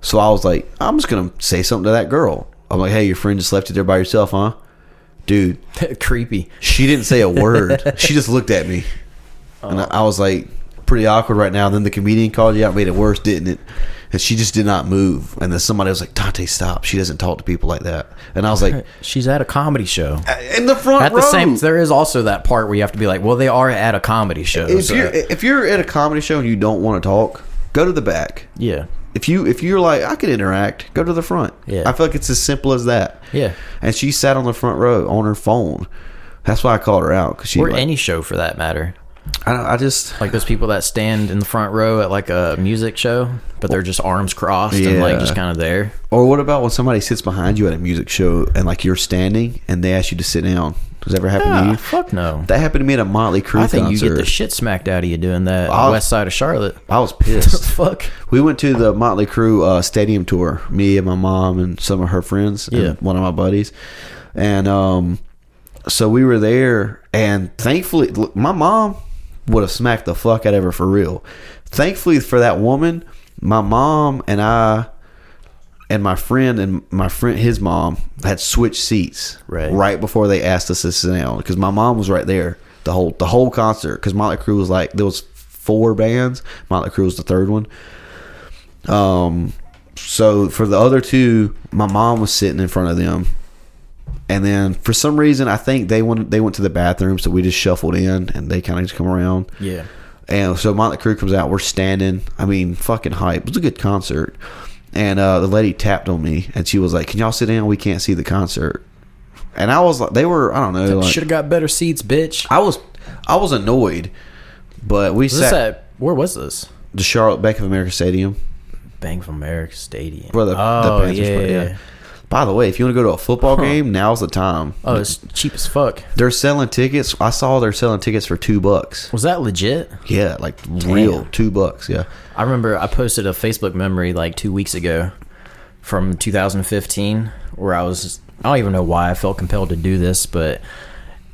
S4: So I was like, I'm just gonna say something to that girl. I'm like, hey, your friend just left you there by yourself, huh? Dude,
S3: [laughs] Creepy.
S4: she didn't say a word.
S3: [laughs]
S4: she just looked at me, and I,
S3: Uh-huh.
S4: I was like, pretty awkward right now. then the comedian called you out, made it worse, didn't it? And she just did not move. And then somebody was like, Dante, stop. She doesn't talk to people like that. And I
S3: [laughs]
S4: was like,
S3: She's at a comedy show.
S4: in the front
S3: At
S4: row.
S3: the same, there is also that part where you have to be like, well, they are at a comedy show.
S4: if
S3: so-
S4: you're if you're at a comedy show and you don't want to talk, go to the back.
S3: yeah,
S4: If you if you're like I could interact, go to the front.
S3: Yeah.
S4: I feel like it's as simple as that.
S3: Yeah.
S4: And she sat on the front row on her phone. That's why I called her out because she.
S3: or
S4: like-
S3: any show for that matter.
S4: I, don't- I just
S3: Like those people that stand in the front row at like a music show, but they're just arms crossed and like
S4: Yeah.
S3: just kind of there.
S4: Or what about when somebody sits behind you at a music show and like you're standing and they ask you to sit down? Does that ever happen to
S3: Ah,
S4: you?
S3: fuck no.
S4: That happened to me at a Motley Crue
S3: I think
S4: concert.
S3: you get the shit smacked out of you doing that. on
S4: I'll-
S3: the West side of Charlotte.
S4: I was
S3: The
S4: pissed.
S3: [laughs] fuck.
S4: we went to the Motley Crue uh, stadium tour. Me and my mom and some of her friends
S3: Yeah.
S4: and one of my buddies, and um, so we were there. And thankfully, look, my mom would have smacked the fuck out of her for real. Thankfully for that woman, my mom and I and my friend and my friend his mom had switched seats
S3: Right.
S4: before they asked us to sit down because my mom was right there the whole the whole concert because Motley Crue was like there was four bands Motley Crue was the third one um so for the other two my mom was sitting in front of them and then for some reason I think they went they went to the bathroom so we just shuffled in and they kind of just come around
S3: Yeah.
S4: and so Motley Crue comes out. We're standing. I mean, fucking hype. It was a good concert. And uh, the lady tapped on me, and she was like, "Can y'all sit down? We can't see the concert." And I was like, "They were. I don't know. Like,
S3: Should have got better seats, bitch.
S4: I was, I was annoyed." But we
S3: Was this
S4: sat
S3: at where was this?
S4: the Charlotte Bank of America Stadium,
S3: Bank of America Stadium.
S4: where the,
S3: oh
S4: the Panthers
S3: yeah,
S4: play.
S3: yeah.
S4: Yeah. By the way, if you want to go to a football game, now's the time.
S3: Oh, it's cheap as fuck.
S4: They're selling tickets. I saw they're selling tickets for two bucks.
S3: Was that legit?
S4: Yeah, like real two bucks. Yeah.
S3: I remember I posted a Facebook memory like two weeks ago from 2015 where I was I don't even know why I felt compelled to do this, but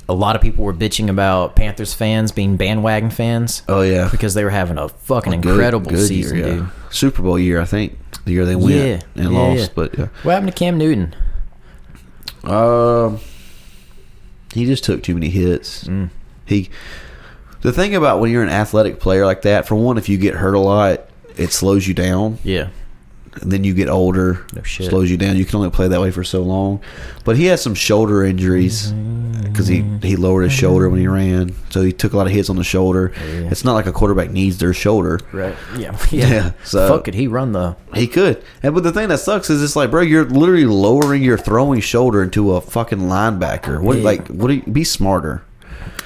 S3: a lot of people were bitching about Panthers fans being bandwagon fans
S4: Oh yeah.
S3: because they were having a fucking
S4: Good-
S3: incredible
S4: good
S3: season,
S4: year, yeah.
S3: dude.
S4: Super Bowl year, I think. The year they
S3: Yeah,
S4: went and
S3: yeah,
S4: lost,
S3: yeah.
S4: but yeah.
S3: What happened to Cam Newton?
S4: Um, he just took too many hits.
S3: Mm.
S4: He, the thing about when you're an athletic player like that, for one, if you get hurt a lot, it slows you down.
S3: Yeah.
S4: And then you get older,
S3: No shit.
S4: slows you down. You can only play that way for so long. But he had some shoulder injuries, because he, he lowered his shoulder when he ran, so he took a lot of hits on the shoulder. It's not like a quarterback needs their shoulder.
S3: Right. Yeah. [laughs]
S4: Yeah, so-
S3: Fuck, could he run the?
S4: He could, and but the thing that sucks is it's like, bro, you're literally lowering your throwing shoulder into a fucking linebacker. What
S3: Yeah.
S4: like what? Do you, be smarter.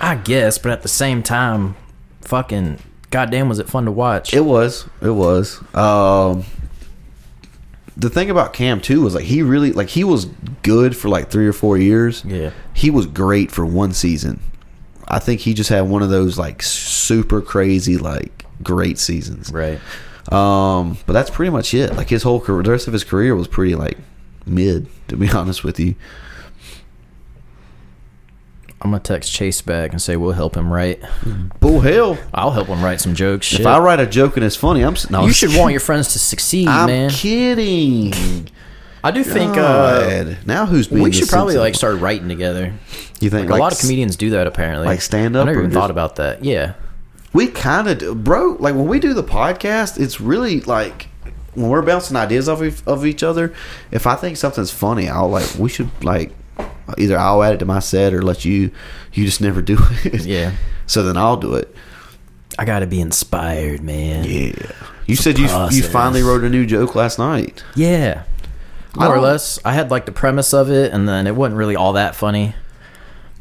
S3: I guess, but at the same time, fucking goddamn, was it fun to watch?
S4: It was. It was. Um, the thing about Cam too was like he really like he was good for like three or four years.
S3: Yeah.
S4: He was great for one season. I think he just had one of those like super crazy like great seasons.
S3: right.
S4: Um, but that's pretty much it. Like his whole career, the rest of his career was pretty like mid. To be [laughs] honest with you,
S3: I'm gonna text Chase back and say we'll help him write.
S4: bull hell.
S3: I'll help him write some jokes. Shit.
S4: If I write a joke and it's funny, I'm s- no.
S3: you should want your friends to succeed,
S4: [laughs] I'm
S3: man.
S4: kidding.
S3: I do think uh,
S4: God. now who's being
S3: we
S4: the
S3: should probably
S4: sensible?
S3: like start writing together.
S4: You think
S3: Like, a lot of
S4: s-
S3: comedians do that apparently.
S4: like stand-up
S3: I never
S4: or
S3: even
S4: just-
S3: thought about that. Yeah.
S4: We kind of do, bro. Like when we do the podcast, it's really like when we're bouncing ideas off of, of each other. If I think something's funny, I'll like we should like either I'll add it to my set or let you. You just never do [laughs] it.
S3: Yeah.
S4: So then I'll do it.
S3: I gotta be inspired, man. Yeah.
S4: Yeah. You said you you
S3: process.
S4: finally wrote a new joke last night. I
S3: More or
S4: don't-
S3: less. I had like the premise of it and then it wasn't really all that funny.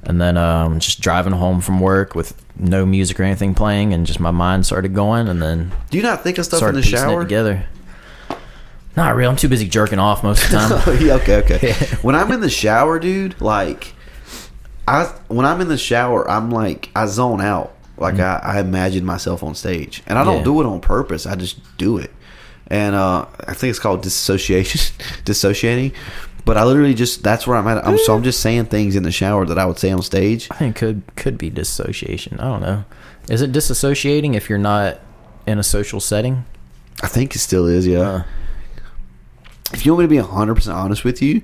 S3: And then um just driving home from work with no music or anything playing and just my mind started going and then
S4: Do you not think of stuff
S3: started
S4: in the
S3: piecing it
S4: shower?
S3: together. Not real. I'm too busy jerking off most of the
S4: [laughs]
S3: time.
S4: yeah, okay,
S3: [laughs]
S4: okay. when I'm in the shower, dude, like I when I'm in the shower, I'm like I zone out. Like I, I imagine myself on stage, and I don't
S3: Mm. Yeah.
S4: do it on purpose. I just do it, and uh, I think it's called dissociation, [laughs] dissociating. But I literally just that's where I'm at. I'm,
S3: Mm.
S4: so I'm just saying things in the shower that I would say on stage.
S3: I think could could be dissociation. I don't know. Is it disassociating if you're not in a social setting?
S4: I think it still is, yeah. If you want me to be hundred percent honest with you,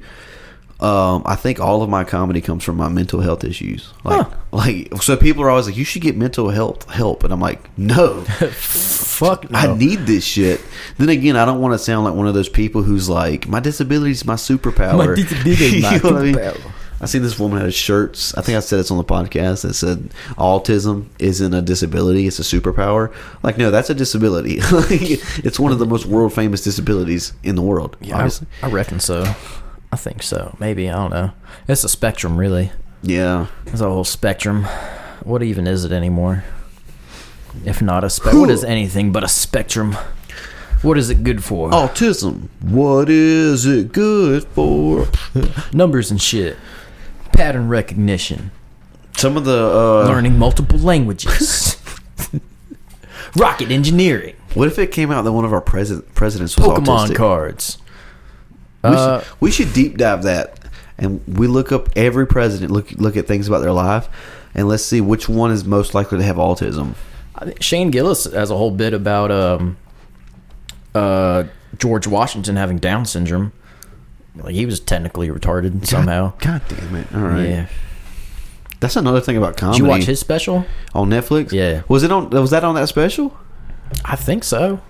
S4: um, I think all of my comedy comes from my mental health issues. Like, like so people are always like, "You should get mental health help," and I'm like, "No,
S3: Fuck no.
S4: I need this shit." Then again, I don't want to sound like one of those people who's like, "My disability is my superpower."
S3: My disability is
S4: [laughs] You
S3: my
S4: know what I mean?
S3: superpower.
S4: I seen this woman had shirts. I think I said this on the podcast that said autism isn't a disability; it's a superpower. Like, no, that's a disability. [laughs] Like, it's one of the most world famous disabilities in the world.
S3: I,
S4: obviously.
S3: I reckon so. I think so. Maybe I don't know. It's a spectrum, really.
S4: yeah.
S3: It's a whole spectrum. What even is it anymore? If not a spectrum, what is anything but a spectrum? What is it good for?
S4: Autism. What is it good for?
S3: Numbers and shit. Pattern recognition.
S4: Some of the uh,
S3: Learning multiple [laughs] languages. Rocket engineering.
S4: What if it came out that one of our president presidents was
S3: Pokemon
S4: autistic?
S3: cards.
S4: We,
S3: Uh,
S4: should, we should deep dive that, and we look up every president. Look look at things about their life, and let's see which one is most likely to have autism.
S3: I think Shane Gillis has a whole bit about um, uh, George Washington having Down syndrome. Like he was technically [laughs] retarded somehow.
S4: God damn it! All right,
S3: Yeah.
S4: that's another thing about comedy.
S3: Did you watch his special?
S4: on Netflix?
S3: Yeah.
S4: Was it on? Was that on that special?
S3: I think so.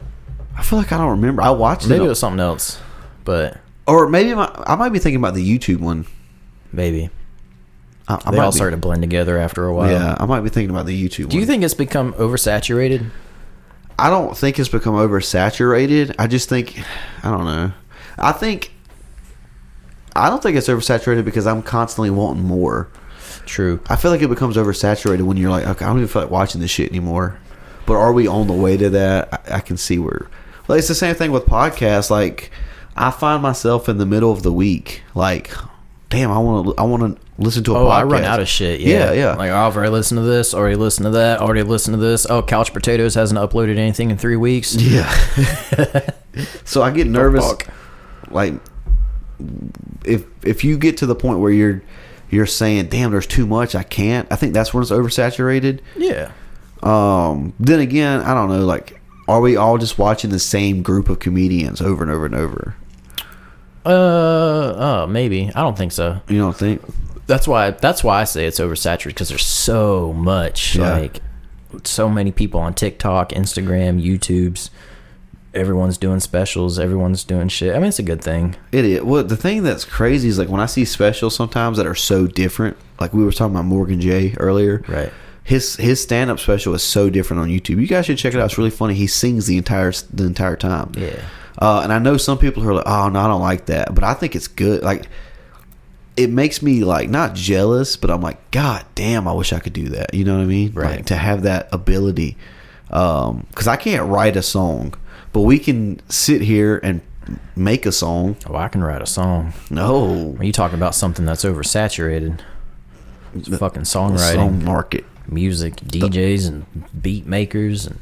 S4: I feel like I don't remember. I watched
S3: Maybe
S4: it,
S3: it was something else, but
S4: or maybe my, I might be thinking about the YouTube one.
S3: maybe
S4: I, I
S3: they
S4: might
S3: all
S4: be-
S3: started to blend together after a while.
S4: Yeah, I might be thinking about the YouTube.
S3: Do you think it's become oversaturated?
S4: I don't think it's become oversaturated. I just think, I don't know. I think, I don't think it's oversaturated because I'm constantly wanting more.
S3: True.
S4: I feel like it becomes oversaturated when you're like, okay, I don't even feel like watching this shit anymore. But are we on the way to that? I, I can see where. Like, it's the same thing with podcasts. Like, I find myself in the middle of the week, like, damn, I want to, I want to listen to a
S3: Oh,
S4: podcast.
S3: I run out of shit. Yeah,
S4: yeah. yeah.
S3: Like I've already listened to this, already listened to that, already listened to this. Oh, Couch Potatoes hasn't uploaded anything in three weeks.
S4: [laughs] Yeah. so I get nervous. Like if if you get to the point where you're you're saying, "Damn, there's too much. I can't." I think that's when it's oversaturated.
S3: Yeah.
S4: Um, then again, I don't know. Like, are we all just watching the same group of comedians over and over and over?
S3: Uh, uh, maybe. I don't think so.
S4: You don't think?
S3: That's why. That's why I say it's oversaturated because there's so much,
S4: Yeah.
S3: like, so many people on TikTok, Instagram, YouTube's. Everyone's doing specials. Everyone's doing shit. I mean, it's a good thing.
S4: It is. Well, the thing that's crazy is like when I see specials sometimes that are so different like we were talking about Morgan Jay earlier.
S3: Right.
S4: His his stand up special is so different on YouTube. You guys should check it out. It's really funny. He sings the entire the entire time.
S3: Yeah.
S4: Uh, and I know some people who are like, "Oh no, I don't like that," but I think it's good. Like, it makes me like not jealous, but I'm like, God damn, I wish I could do that. You know what I mean?
S3: Right.
S4: Like, to have that ability, because I can't write a song, but we can sit here and make a song.
S3: Oh, I can write a song.
S4: No,
S3: When you talking about something that's oversaturated, it's fucking songwriting,
S4: song market,
S3: music, DJs, and beat makers, and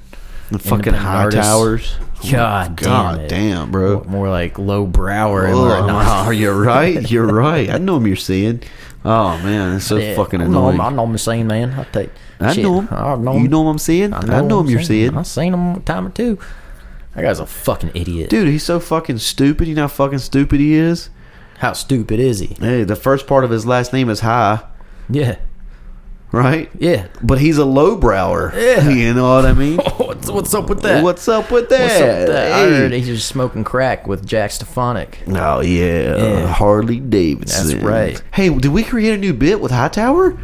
S4: the fucking
S3: Independent
S4: high
S3: artists.
S4: towers.
S3: God,
S4: God
S3: damn it.
S4: damn, bro.
S3: More- More like low brower. am I
S4: Oh,
S3: not?
S4: [laughs] wow, you're right. You're right. I know him. You're seeing. Oh man, it's so
S3: Yeah,
S4: fucking
S3: I know him.
S4: annoying.
S3: I know him the same man. I take.
S4: I
S3: shit,
S4: know him.
S3: I know
S4: You
S3: him.
S4: know him. I'm seeing. I know, him. You're seeing.
S3: I've seen him a time or two. That guy's a fucking idiot.
S4: Dude, he's so fucking stupid. You know how fucking stupid he is.
S3: How stupid is he?
S4: Hey, the first part of his last name is High,
S3: Yeah.
S4: right?
S3: Yeah. [laughs]
S4: But he's a lowbrower.
S3: Yeah.
S4: [laughs] You know what I mean?
S3: [laughs] What's, what's up with that?
S4: What's up with that?
S3: What's up with that? I
S4: Hey.
S3: heard he's just smoking crack with Jack Stefanik.
S4: Oh yeah,
S3: Yeah.
S4: Harley Davidson.
S3: That's right.
S4: Hey, did we create a new bit with Hightower? [laughs]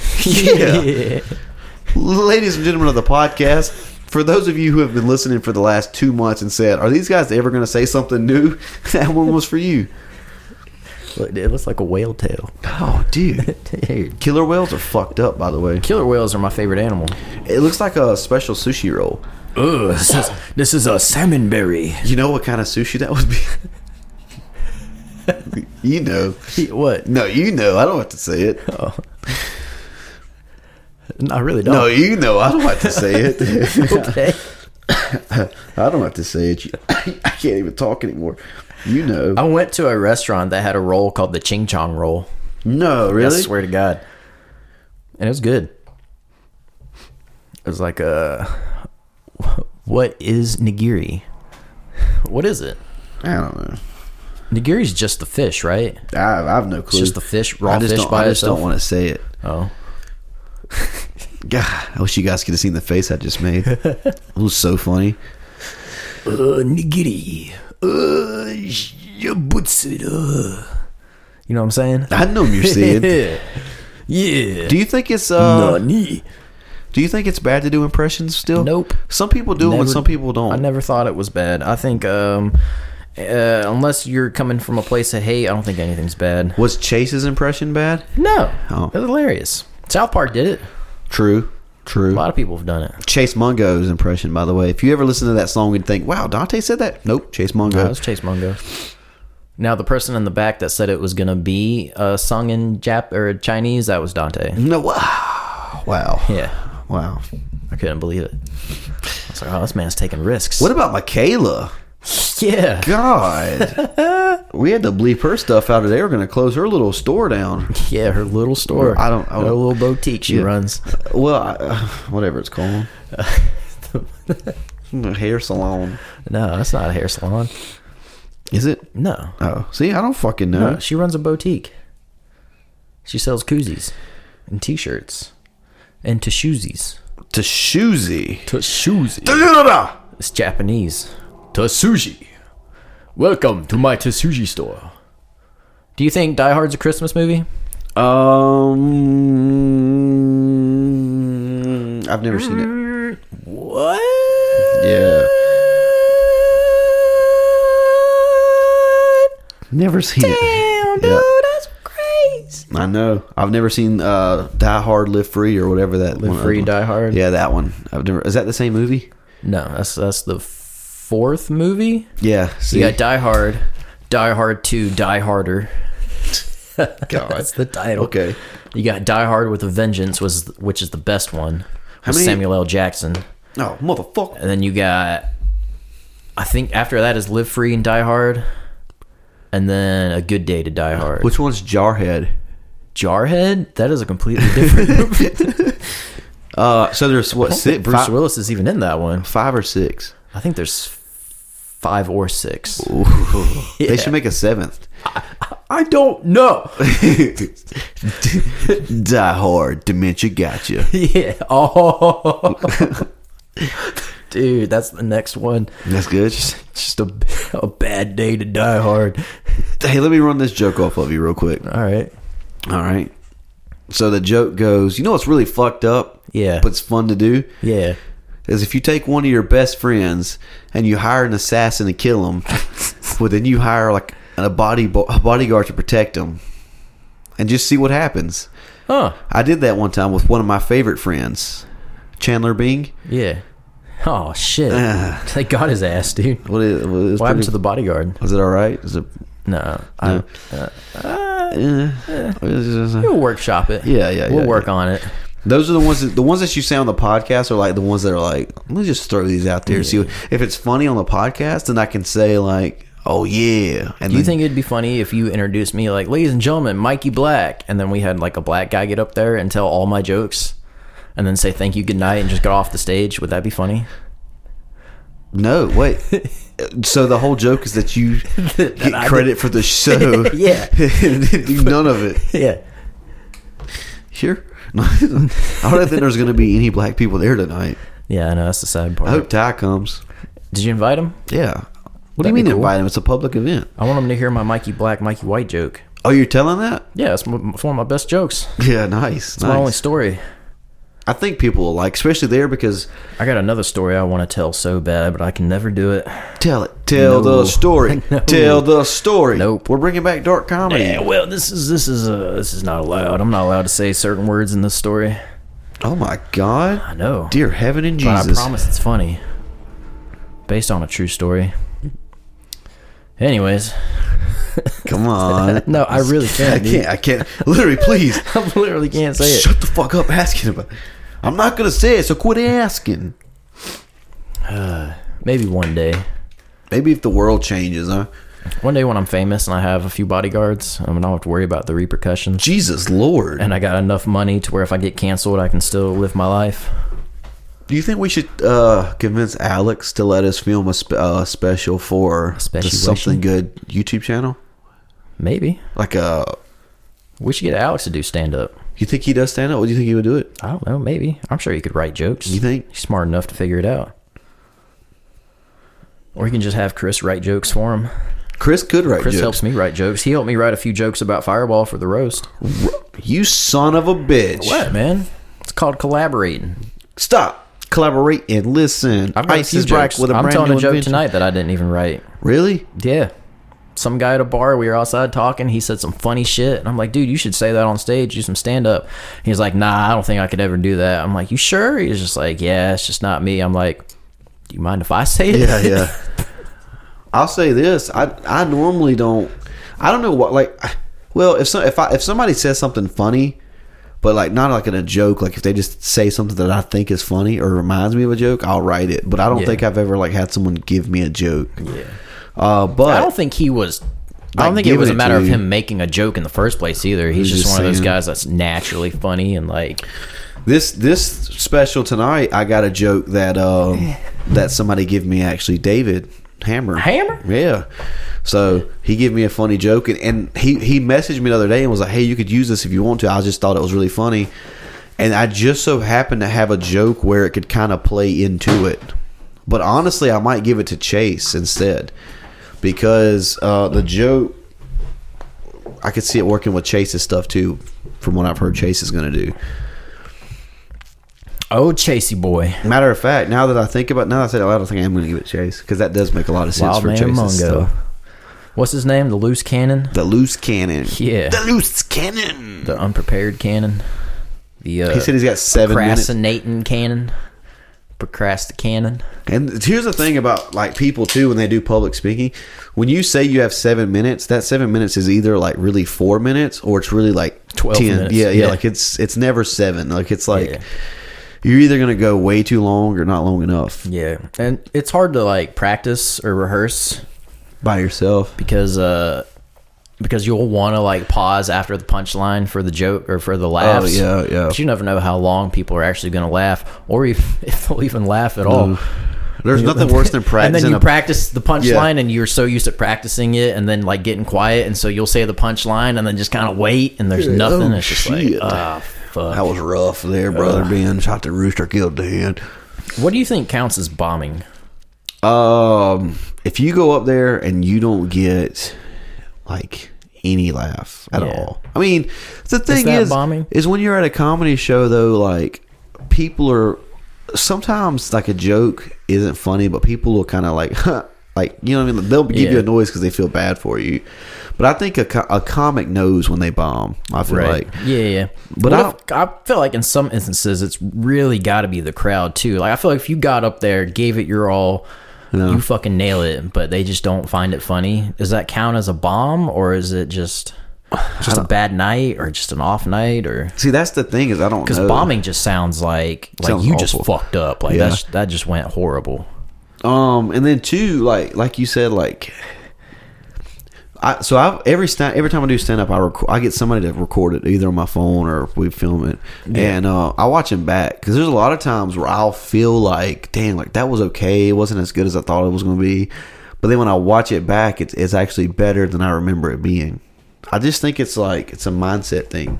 S3: [laughs]
S4: yeah. Ladies and gentlemen of the podcast, for those of you who have been listening for the last two months and said, "Are these guys ever going to say something new?" [laughs] that one was for you.
S3: Look, It looks like a whale tail. [laughs]
S4: Oh, dude,
S3: Dude.
S4: killer whales are fucked up. By the way,
S3: Killer whales are my favorite animal.
S4: it looks like a special sushi roll.
S8: Ugh, this is, this is a salmon berry.
S3: [laughs]
S4: You know what kind of sushi that would be? [laughs] you know,
S3: What?
S4: no, you know. I don't have to say it.
S3: [laughs] I really don't.
S4: No, you know. I don't have to say it.
S3: [laughs]
S4: [laughs]
S3: okay.
S4: I don't have to say it. [coughs] You- I can't even talk anymore. You know.
S3: I went to a restaurant that had a roll called the Ching Chong roll.
S4: no, really?
S3: I swear to God. And it was good. It was like a. [laughs] What is nigiri? [laughs] What is it?
S4: I don't know.
S3: Nigiri's just the fish, right?
S4: I, I have no clue.
S3: just the fish- raw
S4: I just
S3: fish
S4: don't,
S3: by
S4: I just
S3: itself?
S4: don't want to say it.
S3: Oh.
S4: God, I wish you guys could have seen the face I just
S3: [laughs]
S4: made. it was so funny.
S8: Uh, nigiri. Uh, yabutsura.
S3: You know what I'm saying? [laughs]
S4: I know you're seeing.
S3: Yeah. Yeah.
S4: Do you think it's uh?
S8: Nani.
S4: Do you think it's bad to do impressions still?
S3: Nope.
S4: Some people do them, and
S3: Never-
S4: some people don't.
S3: I never thought it was bad. I think um uh, unless you're coming from a place that hey, I don't think anything's bad.
S4: Was Chase's impression bad?
S3: No.
S4: Oh.
S3: It was hilarious. South Park did it.
S4: True. True.
S3: A lot of people have done it.
S4: Chase Mungo's impression, by the way. If you ever listen to that song and think, "Wow, Dante said that," nope, Chase Mungo.
S3: That was Chase Mungo. Now the person in the back that said it was gonna be uh, sung in Jap or Chinese, that was Dante.
S4: No, wow, wow,
S3: [laughs] Yeah,
S4: wow.
S3: I couldn't believe it. I was like, oh, this man's taking risks.
S4: What about Michaela?
S3: [laughs] Yeah,
S4: God, [laughs] we had to bleep her stuff out, or they were going to close her little store down.
S3: yeah, her little store.
S4: I don't- I
S3: her
S4: don't-
S3: little boutique she
S4: Yeah.
S3: runs.
S4: Well, I, uh, whatever it's [laughs] called, hair salon.
S3: No, that's not a hair salon.
S4: Is it?
S3: No,
S4: Oh, see, I don't fucking know.
S3: No, she runs a boutique. She sells koozies and t-shirts and tashoozies.
S4: To Shoozy.
S5: Tasuji.
S3: It's Japanese.
S5: Tasuji. Welcome to my Tasuji store.
S3: Do you think Die Hard's a Christmas movie?
S4: Um, I've never seen it. What? Yeah. Never seen it. Damn, dude, that's crazy. I know. I've never seen uh, Die Hard, Live Free, or whatever that.
S3: Live
S4: one-
S3: Free, Die Hard?
S4: Yeah, that one. I've never. Is that the same movie?
S3: No, that's that's the fourth movie.
S4: Yeah. See,
S3: You got Die Hard, Die Hard 2, Die Harder. [laughs]
S4: God.
S3: That's the title.
S4: Okay.
S3: You got Die Hard with a Vengeance was which is the best one.
S4: How
S3: with
S4: many-
S3: Samuel L. Jackson.
S4: No, Oh, motherfucker.
S3: And then you got I think after that is Live Free and Die Hard. And then A Good Day to Die Hard.
S4: Which one's Jarhead?
S3: Jarhead? That is a completely different movie.
S4: Uh, so there's what
S3: [laughs]
S4: six,
S3: Bruce
S4: five,
S3: Willis is even in that one.
S4: five or six.
S3: I think there's five or six.
S4: [laughs] They should make a seventh. [laughs]
S3: I don't know.
S4: Die Hard, dementia gotcha.
S3: [laughs] yeah. [laughs] Oh. Dude, that's the next one.
S4: That's good.
S3: Just a, a bad day to die hard.
S4: Hey, let me run this joke off of you real quick.
S3: All right.
S4: All right. So the joke goes, you know what's really fucked up?
S3: Yeah.
S4: But it's fun to do?
S3: Yeah.
S4: Is if you take one of your best friends and you hire an assassin to
S3: [laughs]
S4: kill him, well, then you hire like a, body, a bodyguard to protect him and just see what happens.
S3: Huh.
S4: I did that one time with one of my favorite friends, Chandler Bing.
S3: Yeah. Oh [sighs] shit. they got his ass, dude.
S4: What is, what is
S3: What happened to the bodyguard?
S4: Is it all right? Is it?
S3: No. I, uh,
S4: eh, eh.
S3: we'll workshop it.
S4: Yeah, yeah,
S3: We'll
S4: yeah,
S3: work
S4: yeah.
S3: on it.
S4: Those are the ones. That, the ones that you say on the podcast are like the ones that are like, let me just throw these out there. See what- if it's funny on the podcast, then I can say like, oh yeah. And
S3: Do you
S4: then-
S3: think it'd be funny if you introduced me like, ladies and gentlemen, Mikey Black, and then we had like a black guy get up there and tell all my jokes, and then say thank you, good night, and just get off the stage? Would that be funny?
S4: No,
S3: [laughs]
S4: wait. so the whole joke is that you get credit
S3: [laughs]
S4: for the show.
S3: Yeah.
S4: [laughs] None of it
S3: [laughs] Yeah.
S4: here. [laughs] I don't think there's going to be any black people there tonight.
S3: Yeah, I know that's the sad part.
S4: I hope Ty comes.
S3: Did you invite him?
S4: Yeah. What do
S3: That'd
S4: you
S3: be
S4: mean
S3: cool.
S4: invite him? It's a public event.
S3: I want him to hear my Mikey Black, Mikey White joke.
S4: Oh, you're telling that? [laughs]
S3: Yeah, it's m- it's one of my best jokes. It's
S4: Yeah, nice.
S3: my
S4: nice.
S3: only story.
S4: I think people will like, especially there because
S3: I got another story I want to tell so bad, but I can never do it.
S4: tell it, tell
S3: No. [laughs]
S4: the story,
S3: No.
S4: tell the story.
S3: Nope.
S4: we're bringing back dark comedy.
S3: Yeah, well, this is this is uh, this is not allowed. I'm not allowed to say certain words in this story.
S4: Oh my God,
S3: I know.
S4: dear heaven and
S3: but I
S4: Jesus!
S3: promise it's funny. Based on a true story. Anyways, [laughs]
S4: Come on,
S3: no, I
S4: [laughs]
S3: really
S4: I
S3: can't. dude.
S4: can't, I can't. Literally,
S3: [laughs]
S4: please
S3: I literally can't say it.
S4: shut the fuck up asking about. I'm not gonna say it, so quit asking.
S3: Maybe one day.
S4: Maybe if the world changes, huh?
S3: One day when I'm famous and I have a few bodyguards, I'm not have to worry about the repercussions.
S4: Jesus Lord,
S3: and I got enough money to where if I get canceled, I can still live my life.
S4: do you think we should uh, convince Alex to let us film a spe- uh, special for the
S3: special?
S4: something good YouTube channel?
S3: Maybe
S4: Like a
S3: we should get Alex to do stand up.
S4: You think he does stand up? Or do you think he would do it?
S3: I don't know. Maybe I'm sure he could write jokes.
S4: You think?
S3: he's smart enough to figure it out? Or you can just have Chris write jokes for him.
S4: Chris could write
S3: Chris
S4: jokes.
S3: helps me write jokes. He helped me write a few jokes about Fireball for the roast.
S4: You son of a bitch.
S3: What man? It's called collaborating.
S4: Stop. Collaborate and listen.
S3: I've got a
S4: Ice
S3: few
S4: is back
S3: jokes.
S4: with a
S3: I'm
S4: brand
S3: telling
S4: new
S3: a joke
S4: invention.
S3: tonight that I didn't even write.
S4: Really?
S3: Yeah. Some guy at a bar, we were outside talking. He said some funny shit. And I'm like, dude, you should say that on stage, do some stand up. He's like, nah, I don't think I could ever do that. I'm like, you sure? He's just like, yeah, it's just not me. I'm like, do you mind if I say [laughs] it?
S4: Yeah, yeah. I'll say this. I I normally don't. I don't know what like. I- Well, if so, if I if somebody says something funny, but like not like in a joke, like if they just say something that I think is funny or reminds me of a joke, I'll write it. But I don't
S3: Yeah.
S4: think I've ever like had someone give me a joke. Yeah. Uh, but
S3: I don't think he was. I don't
S4: Like,
S3: think it was a
S4: giving it
S3: matter
S4: to
S3: of
S4: you.
S3: him making a joke in the first place either. He's just,
S4: just
S3: one of those
S4: saying.
S3: guys that's naturally funny and like,
S4: This this special tonight, I got a joke that um that somebody give me actually David Hammer
S3: Hammer?
S4: yeah. So he gave me a funny joke and, and he he messaged me the other day and was like, hey, you could use this if you want to. I just thought it was really funny, and I just so happened to have a joke where it could kind of play into it. But honestly, I might give it to Chase instead because uh, the joke I could see it working with Chase's stuff too. From what I've heard, Chase is going to do.
S3: oh, Chasey boy.
S4: Matter of fact, now that I think about, now that I said it out loud, I think I'm going to give it Chase because that does make a lot of sense
S3: Wild
S4: for
S3: man
S4: Chase's
S3: Mungo.
S4: stuff.
S3: What's his name? The loose cannon?
S4: The loose cannon.
S3: Yeah.
S4: The loose cannon.
S3: The unprepared cannon? The uh,
S4: He said he's got seven minutes.
S3: procrastinating cannon. Procrast cannon.
S4: And here's the thing about like people too when they do public speaking, when you say you have seven minutes, that seven minutes is either like really four minutes or it's really like
S3: 12
S4: ten.
S3: minutes.
S4: Yeah, yeah,
S3: Yeah.
S4: Like it's it's never seven. Like it's like
S3: Yeah.
S4: you're either gonna go way too long or not long enough
S3: Yeah. And it's hard to like practice or rehearse
S4: by yourself.
S3: because uh because you'll want to like pause after the punchline for the joke or for the laughs.
S4: yeah, yeah.
S3: But you never know how long people are actually going to laugh or if, [laughs] if they'll even laugh at all.
S4: Oh, There's nothing worse than
S3: [laughs]
S4: practicing.
S3: and then you
S4: a-
S3: practice the
S4: Yeah.
S3: punchline and you're so used to practicing it and then like getting quiet and so you'll say the punchline and then just kind of wait and there's nothing.
S4: Oh,
S3: it's just
S4: shit.
S3: like, ah, fuck.
S4: That was rough there, brother. Ben shot the rooster, killed the hen.
S3: what do you think counts as bombing?
S4: Um, if you go up there and you don't get like any laugh at
S3: Yeah.
S4: all. I mean, the thing
S3: that
S4: is,
S3: bombing?
S4: is when you're at a comedy show though, like people are sometimes like a joke isn't funny, but people will kind of like, [laughs] huh, like you know what I mean. They'll give you
S3: Yeah.
S4: a noise because they feel bad for you. But I think a, co- a comic knows when they bomb. I feel
S5: Right.
S4: like
S3: Yeah, yeah.
S4: But
S3: But
S4: I
S3: I, I feel like in some instances, it's really got to be the crowd too. Like I feel like if you got up there, gave it your all, you fucking nail it, but they just don't find it funny. Does that count as a bomb, or is it just just a bad night, or just an off night, or
S4: see that's the thing is I don't
S3: because
S4: know.
S3: bombing just sounds like like
S4: Oh. Sounds
S3: you just
S4: awful.
S3: fucked up. Like
S4: Yeah.
S3: that's that just went horrible.
S4: Um, and then two, like like you said, like I so I every stand every time I do stand up, I record, I get somebody to record it either on my phone or we film it, and uh, I watch them back because there's a lot of times where I'll feel like, dang, like that was okay, it wasn't as good as I thought it was going to be, but then when I watch it back, it's it's actually better than I remember it being. I just think it's like it's a mindset thing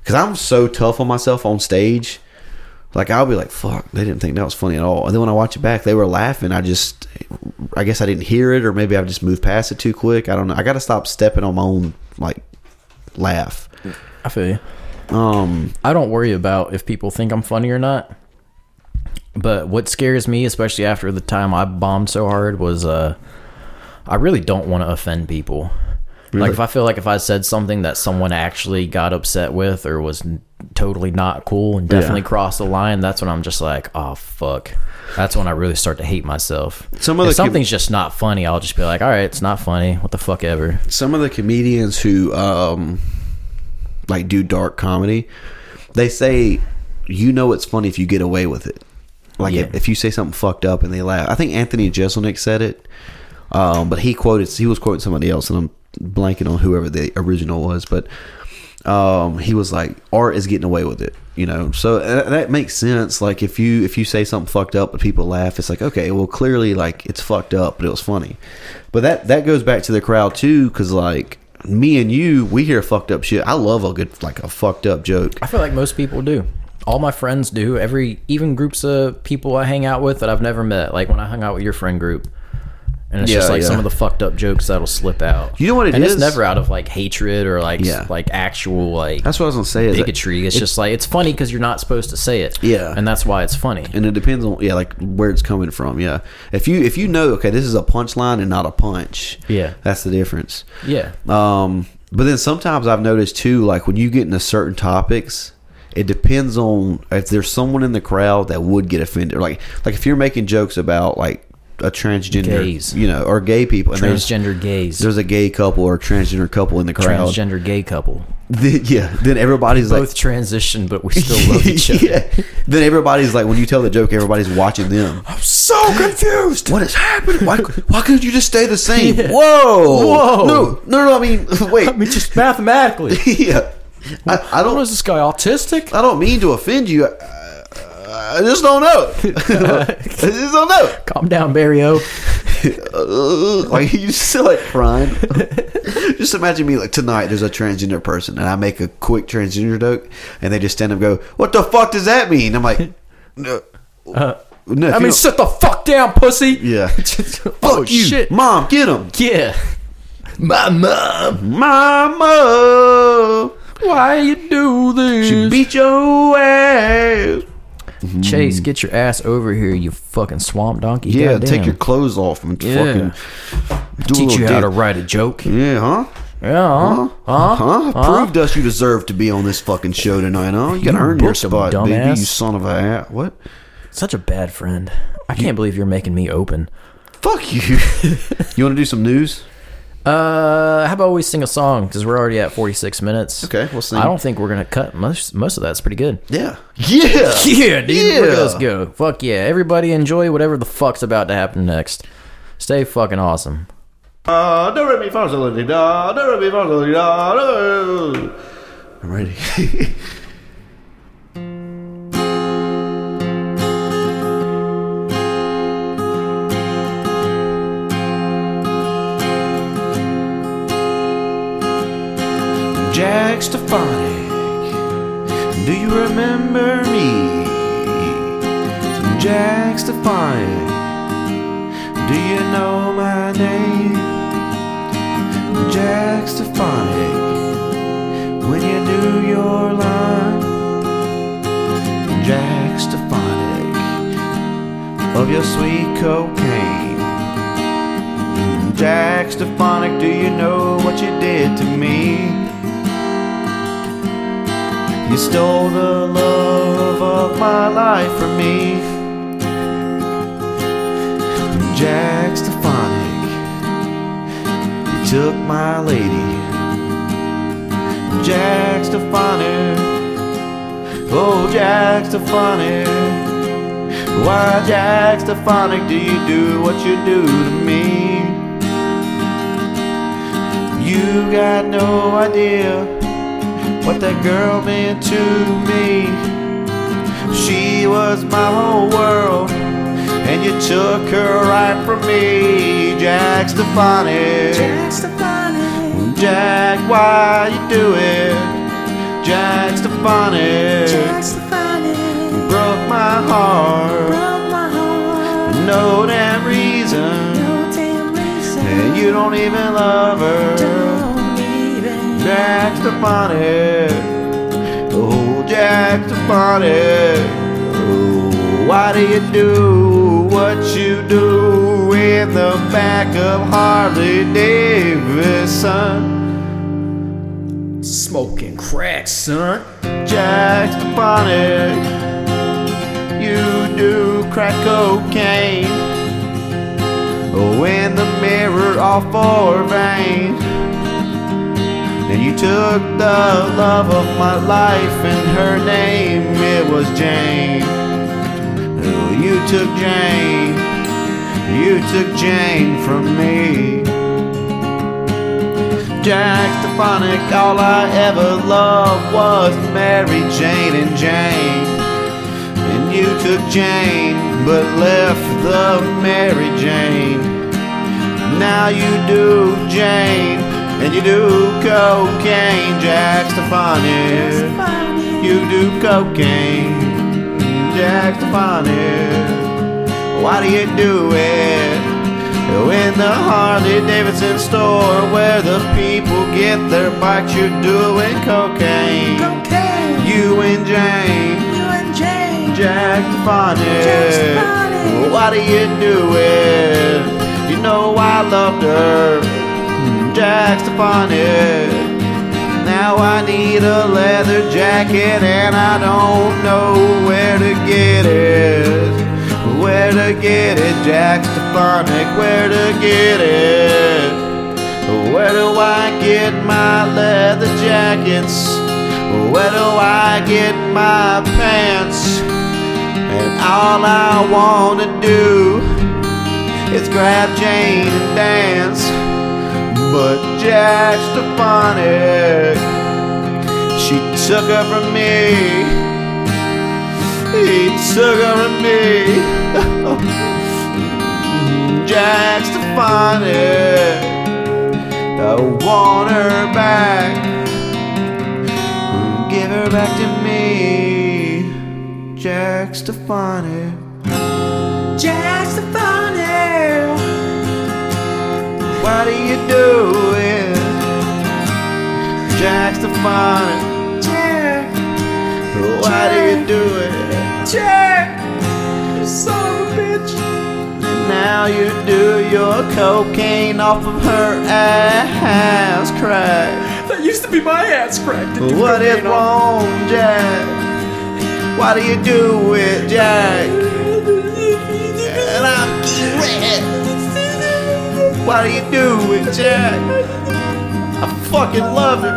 S4: because I'm so tough on myself on stage. Like I'll be like, "Fuck," they didn't think that was funny at all. And then when I watch it back, they were laughing. I just, I guess I didn't hear it, or maybe I've just moved past it too quick. I don't know. I got to stop stepping on my own like laugh.
S3: I feel you.
S4: Um,
S3: I don't worry about if people think I'm funny or not. But what scares me, especially after the time I bombed so hard, was uh, I really don't want to offend people. Like if I feel like if I said something that someone actually got upset with or was n- totally not cool and definitely crossed the line, that's when I'm just like, oh fuck. That's when I really start to hate myself.
S4: Some
S3: If
S4: other com-
S3: something's just not funny, I'll just be like, all right, it's not funny. What the fuck ever.
S4: some of the comedians who um, like do dark comedy, they say, you know, it's funny if you get away with it. Like
S3: Yeah.
S4: if, if you say something fucked up and they laugh. I think Anthony Jeselnik said it, um, but he quoted he was quoting somebody else, and I'm blanking on whoever the original was, but um, he was like, art is getting away with it, you know. So uh, that makes sense. Like if you if you say something fucked up but people laugh, it's like okay, well clearly like it's fucked up, but it was funny. But that that goes back to the crowd too, because like me and you, we hear fucked up shit. I love a good like a fucked up joke.
S3: I feel like most people do. All my friends do. Every even groups of people I hang out with that I've never met. Like when I hung out with your friend group, and it's just
S4: Yeah,
S3: like
S4: yeah.
S3: some of the fucked up jokes that'll slip out.
S4: You know what it
S3: it is? and
S4: is?
S3: It's never out of like hatred or like s-
S4: Yeah.
S3: like actual like
S4: That's what I was gonna say. Is that-
S3: bigotry. It's just like it's funny because you're not supposed to say it.
S4: Yeah.
S3: and that's why it's funny.
S4: and it depends on yeah like where it's coming from yeah if you if you know okay this is a punchline and not a punch
S3: Yeah.
S4: that's the difference
S3: yeah,
S4: um but then sometimes i've noticed too like when you get into certain topics it depends on if there's someone in the crowd that would get offended like like if you're making jokes about like a transgender
S3: Gays.
S4: you know or gay people and there's-
S3: transgender gays,
S4: there's a gay couple or a transgender couple in the crowd
S3: transgender gay couple,
S4: [laughs] then, yeah then everybody's like [laughs]
S3: both transition, but we still love each other.
S4: yeah. Then everybody's like, when you tell the joke, everybody's watching
S3: [laughs]
S4: them. I'm so confused. What is happening? Why, why couldn't you just stay
S3: [laughs]
S4: the same? Whoa,
S3: Whoa.
S4: No, no, no. I mean, [laughs] wait.
S3: I mean, just mathematically.
S4: [laughs] yeah. I, I don't.
S3: Was this guy autistic?
S4: I don't mean to offend you. I, I just
S3: [laughs]
S4: don't know. I just don't know.
S3: Calm down, Barrio.
S4: Ugh. like you just feel
S3: [laughs]
S4: like crying. just imagine me like tonight. There's a transgender person, and I make a quick transgender joke, and they just stand up, and go, "What the fuck does that mean?" I'm
S3: [laughs]
S4: like, "No, no." if
S3: Uh, I
S4: you
S3: mean, oh,
S4: don't-
S3: shut the fuck down, pussy. [laughs]
S4: yeah, Oh,
S3: Fuck
S4: fuck you, mom. Get him,
S3: Yeah. My mom.
S4: mama.
S3: Why you do this?
S4: She beat your ass.
S3: Chase, get your ass over here, you fucking swamp donkey.
S4: Yeah,
S3: Goddamn.
S4: take your clothes off and
S3: Yeah.
S4: fucking do a
S3: Teach
S4: little
S3: you how to
S4: dance.
S3: write a joke.
S4: Yeah, huh?
S3: Yeah.
S4: Huh? Huh? Proved us you deserve to be on this fucking show tonight, huh? You gotta
S3: You
S4: earn your
S3: booked 'em,
S4: spot, baby. You
S3: dumbass.
S4: son of a ass. What?
S3: Such a bad friend. I can't believe you're making me open.
S4: Fuck you. [laughs] you want to do some news?
S3: Uh, how about we sing a song? Because we're already at 46 minutes.
S4: Okay, we'll sing.
S3: I don't think we're gonna cut most most of that's pretty good.
S4: Yeah. [laughs] Yeah.
S3: [laughs] Yeah, dude. Look at
S4: Yeah.
S3: us go. Fuck yeah. Everybody enjoy whatever the fuck's about to happen next. Stay fucking awesome.
S4: Uh, do re mi fa sol la ti da. Do re mi fa sol la ti da. do. I'm [laughs] ready. Jack Stefanik, do you remember me? Jack Stefanik, do you know my name? Jack Stefanik when you do your line. Jack Stefanik of your sweet cocaine. Jack Stefanik, do you know what you did to me? You stole the love of my life from me. Jack Stefanik, you took my lady. Jack Stefanik, oh Jack Stefanik, why Jack Stefanik do you do what you do to me? You got no idea what that girl meant to me. She was my whole world, and you took her right from me, Jack Stefanik. Jack Stefanik. Jack, why you do it? Jack Stefanik. Jack Stefanik. Broke my heart. No damn reason. And you don't even love her. Jack Stefanik. Oh, Jack Stefanik. Oh, why do you do what you do in the back of Harley Davidson?
S8: Smoking crack, son.
S4: Jack Stefanik. You do crack cocaine. Oh, in the mirror off our vein. And you took the love of my life and her name, it was Jane. Oh, you took Jane. You took Jane from me. Jack Stefanik, all I ever loved was Mary Jane and Jane. And you took Jane, but left the Mary Jane. Now you do Jane, and you do cocaine, Jack Stefanik. You do cocaine, Jack Stefanik. Why do you do it? In the Harley Davidson store where the people get their bikes, you're doing cocaine. You and Jane. Jack Stefanik. Why do you do it? You know I loved her. Jack Stefanik. Now I need a leather jacket and I don't know where to get it. Where to get it, Jack Stefanik? Where to get it? Where do I get my leather jackets? Where do I get my pants? And all I wanna do is grab Jane and dance. But Jack Stefanik, she took her from me. He took her from me. Jack Stefanik. I want her back. Give her back to me, Jack Stefanik. Jack Stefanik. Why do you do it, Jack Stefanik? Jack. Why do you do it, Jack? You son of a bitch. And now you do your cocaine off of her ass crack.
S8: That used to be my ass crack. Did you
S4: What
S8: cut
S4: is
S8: me off?
S4: wrong, Jack? Why do you do it, Jack? And I'm red. Why do you do it, Jack? I fucking love it.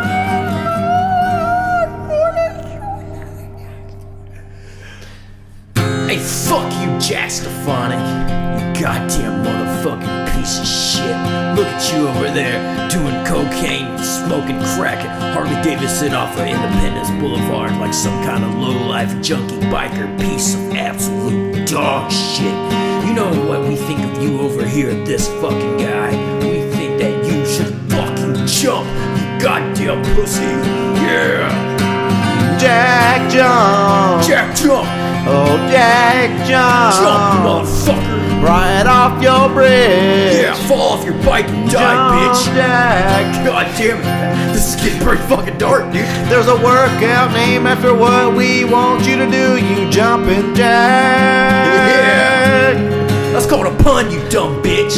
S8: Hey, fuck you, Jack Stefanik. You goddamn motherfucking piece of shit. Look at you over there doing cocaine, smoking crack at Harley Davidson off of Independence Boulevard like some kind of low-life junkie biker piece of absolute dog shit. You know what we think of you over here, this fucking guy. We think that you should fucking jump, you goddamn pussy. Yeah!
S4: Jack John.
S8: Jack, jump!
S4: Oh, Jack
S8: Jump,
S4: John.
S8: motherfucker!
S4: right off your bridge.
S8: Yeah, fall off your bike and die,
S4: Jump
S8: bitch.
S4: Jack.
S8: God damn it. This is getting pretty fucking dark, dude.
S4: There's a workout named after what we want you to do. You jumping jack.
S8: That's called a pun, you dumb bitch.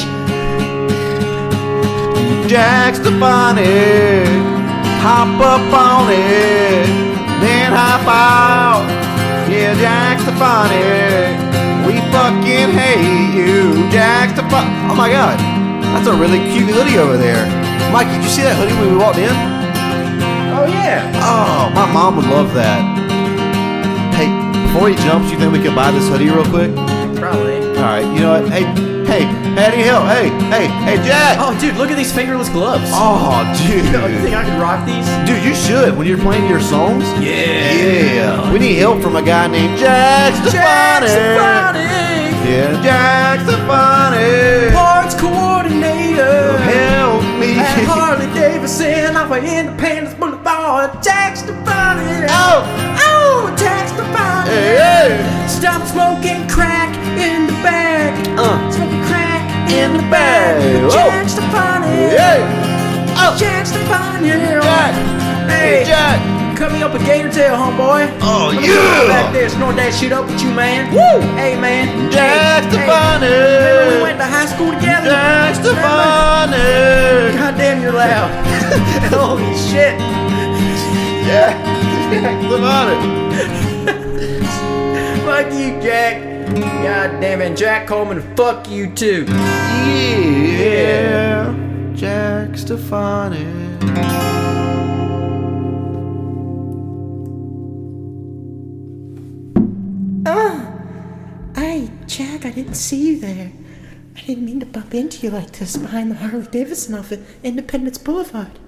S4: Jack Stefanik. Hop up on it. Then hop out. Yeah, Jack Stefanik. We fucking hate you, Jack Stefanik. Oh my god. That's a really cute hoodie over there. Mike, did you see that hoodie when we walked in?
S8: Oh, yeah.
S4: Oh, my mom would love that. Hey, before he jumps, you think we could buy this hoodie real quick?
S8: Probably.
S4: All right, you know what? Hey, hey, Patty Hill, hey, hey, hey, Jack!
S8: Oh, dude, look at these fingerless gloves.
S4: Oh,
S8: Oh,
S4: [laughs]
S8: you think
S4: dude.
S8: I could rock these?
S4: Dude, you should when you're playing your songs.
S8: Yeah.
S4: Yeah. We need help from a guy named Jack
S8: Jack
S4: Stefanik.
S8: Stefanik,
S4: Yeah, Jack Stefanik.
S8: parts coordinator.
S4: Help me. [laughs]
S8: At Harley Davidson, off of Independence Boulevard, Jack Stefanik.
S4: Oh.
S8: oh, Jack Stefanik.
S4: Hey, hey.
S8: Stop smoking crack in the bag.
S4: Uh.
S8: Smoking crack in,
S4: In
S8: the
S4: the
S8: bag.
S4: bag.
S8: Jack
S4: Oh.
S8: Stefanik.
S4: Hey,
S8: Jack Stefanik.
S4: Oh. Jack.
S8: Hey,
S4: Hey, Jack.
S8: Cut me up a gator tail, homeboy.
S4: Oh,
S8: Let me go
S4: yeah.
S8: Back there, snort that shit up with you, man. Woo! Hey, man.
S4: Jack
S8: Hey, Hey, remember we went
S4: Stefanik.
S8: to high school together?
S4: Jack
S8: Remember?
S4: Stefanik.
S8: God damn, you're loud. [laughs] Holy shit.
S4: Jack. Jack Stefanik.
S8: Fuck you, Jack. God damn it. Jack Coleman, fuck you too.
S4: Yeah. Jack Stefanik.
S9: Hey, Jack, I didn't see you there. I didn't mean to bump into you like this behind the Harley Davidson off of Independence Boulevard.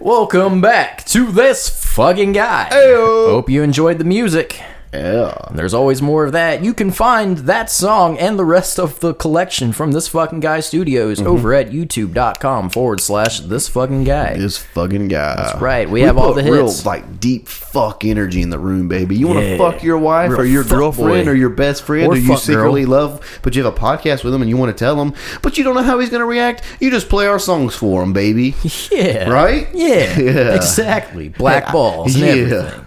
S3: Welcome back to this fucking guy. Hope you enjoyed the music.
S4: Yeah.
S3: There's always more of that. You can find that song and the rest of the collection from this fucking guy studios
S4: Mm-hmm.
S3: over at youtube.com forward slash this fucking guy.
S4: This fucking guy. That's
S3: right, we have all the
S4: Real
S3: hits.
S4: like deep fuck energy in the room, baby. You want to
S3: Yeah.
S4: fuck your wife
S3: Real
S4: or your
S3: fuck
S4: girlfriend
S3: boy.
S4: or your best friend
S3: Or
S4: who you
S3: fuck girl.
S4: secretly love, but you have a podcast with him and you want to tell him, but you don't know how he's going to react. You just play our songs for him, baby.
S3: Yeah.
S4: Right?
S3: Yeah.
S4: [laughs] Yeah.
S3: Exactly. Black balls and
S4: Yeah.
S3: everything.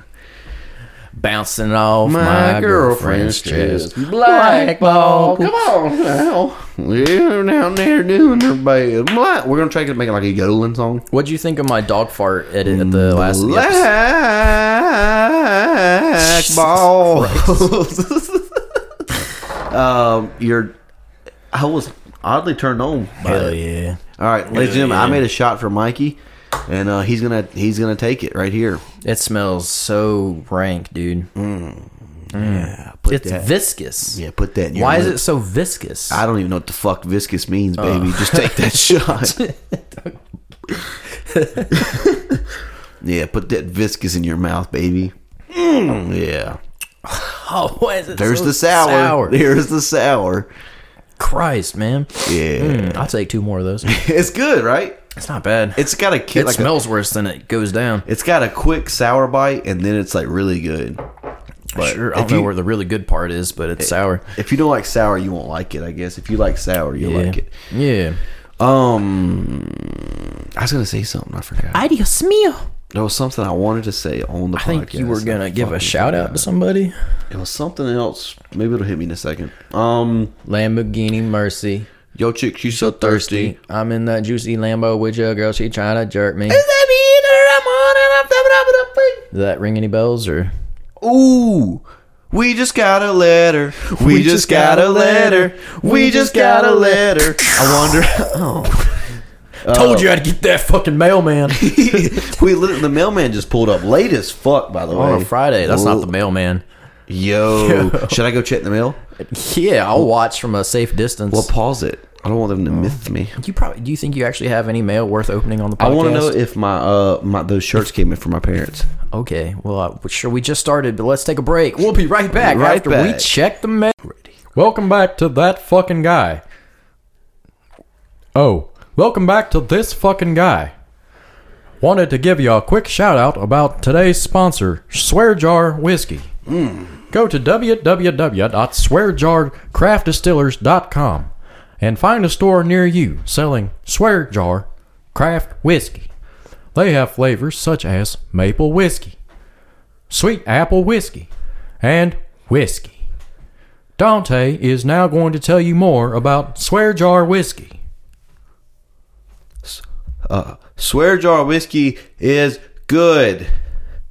S3: Bouncing off my, girlfriend's chest.
S4: Black
S3: ball.
S4: Oh, Come on now. We're down there doing her bad. Black. We're gonna try to make it like a yodeling song.
S3: What'd you think of my dog fart edit at the last of the episode?
S4: Black
S3: Jesus
S4: balls. [laughs] um, you're. I was oddly turned on. by
S3: Hell
S4: it.
S3: yeah.
S4: All right, ladies and gentlemen, I made a shot for Mikey, and uh, he's gonna he's gonna take it right here.
S3: It smells so rank, dude.
S4: Mm.
S3: Mm.
S4: Put
S3: It's
S4: that.
S3: viscous.
S4: yeah, put that. in your
S3: Why is it
S4: lips.
S3: so viscous?
S4: I don't even know what the fuck viscous
S3: Uh.
S4: means, baby. Just take that shot. yeah, put that viscous in your mouth, baby. Mm, yeah.
S3: [laughs] oh, why is it
S4: There's
S3: so
S4: the sour. There's the sour.
S3: Christ, man.
S4: Yeah.
S3: Mm, I'll take two more of those.
S4: [laughs] It's good, right?
S3: It's not bad.
S4: It's got a kick.
S3: it
S4: like a-
S3: smells worse than it goes down.
S4: it's got a quick sour bite, and then it's like really good. But
S3: Sure, I don't
S4: if
S3: know
S4: you,
S3: where the really good part is, but it's sour.
S4: if you don't like sour, you won't like it. I guess if you like sour, you'll
S3: Yeah.
S4: like it.
S3: Yeah.
S4: Um, I was gonna say something. I forgot.
S3: Adios mio.
S4: there was something I wanted to say on the
S3: I think you were gonna give a shout out to somebody.
S4: It was something else. Maybe it'll hit me in a second. Um,
S3: Lamborghini Mercy.
S4: yo, chick, you so thirsty.
S3: I'm in that juicy Lambo with your girl. She trying to jerk me. Is that ring any bells or?
S4: Ooh, we just got a letter. We, just, got, a letter. We just got a letter. I wonder. [laughs]
S3: Told you I'd get that fucking mailman
S4: we lit- the mailman just pulled up late as fuck. By the way,
S3: [laughs] on a Friday. That's not the mailman.
S4: Yo, should I go check the mail?
S3: Yeah, I'll watch from a safe distance.
S4: Well, pause it. I don't want them to myth me.
S3: you probably do you think you actually have any mail worth opening on the podcast?
S4: I want to know if my uh my those shirts came in from my parents.
S3: Okay, well, I, sure, we just started, but let's take a break. We'll be right back
S4: Right
S3: after we
S4: back.
S3: check the mail. Welcome back to that fucking guy.
S10: Oh, welcome back to this fucking guy. Wanted to give you a quick shout out about today's sponsor, Swear Jar Whiskey.
S3: Hmm.
S11: Go to www.swearjarcraftdistillers.com and find a store near you selling Swear Jar craft whiskey. They have flavors such as maple whiskey, sweet apple whiskey, and whiskey. Dante is now going to tell you more about Swear Jar whiskey.
S4: Swear jar whiskey is good.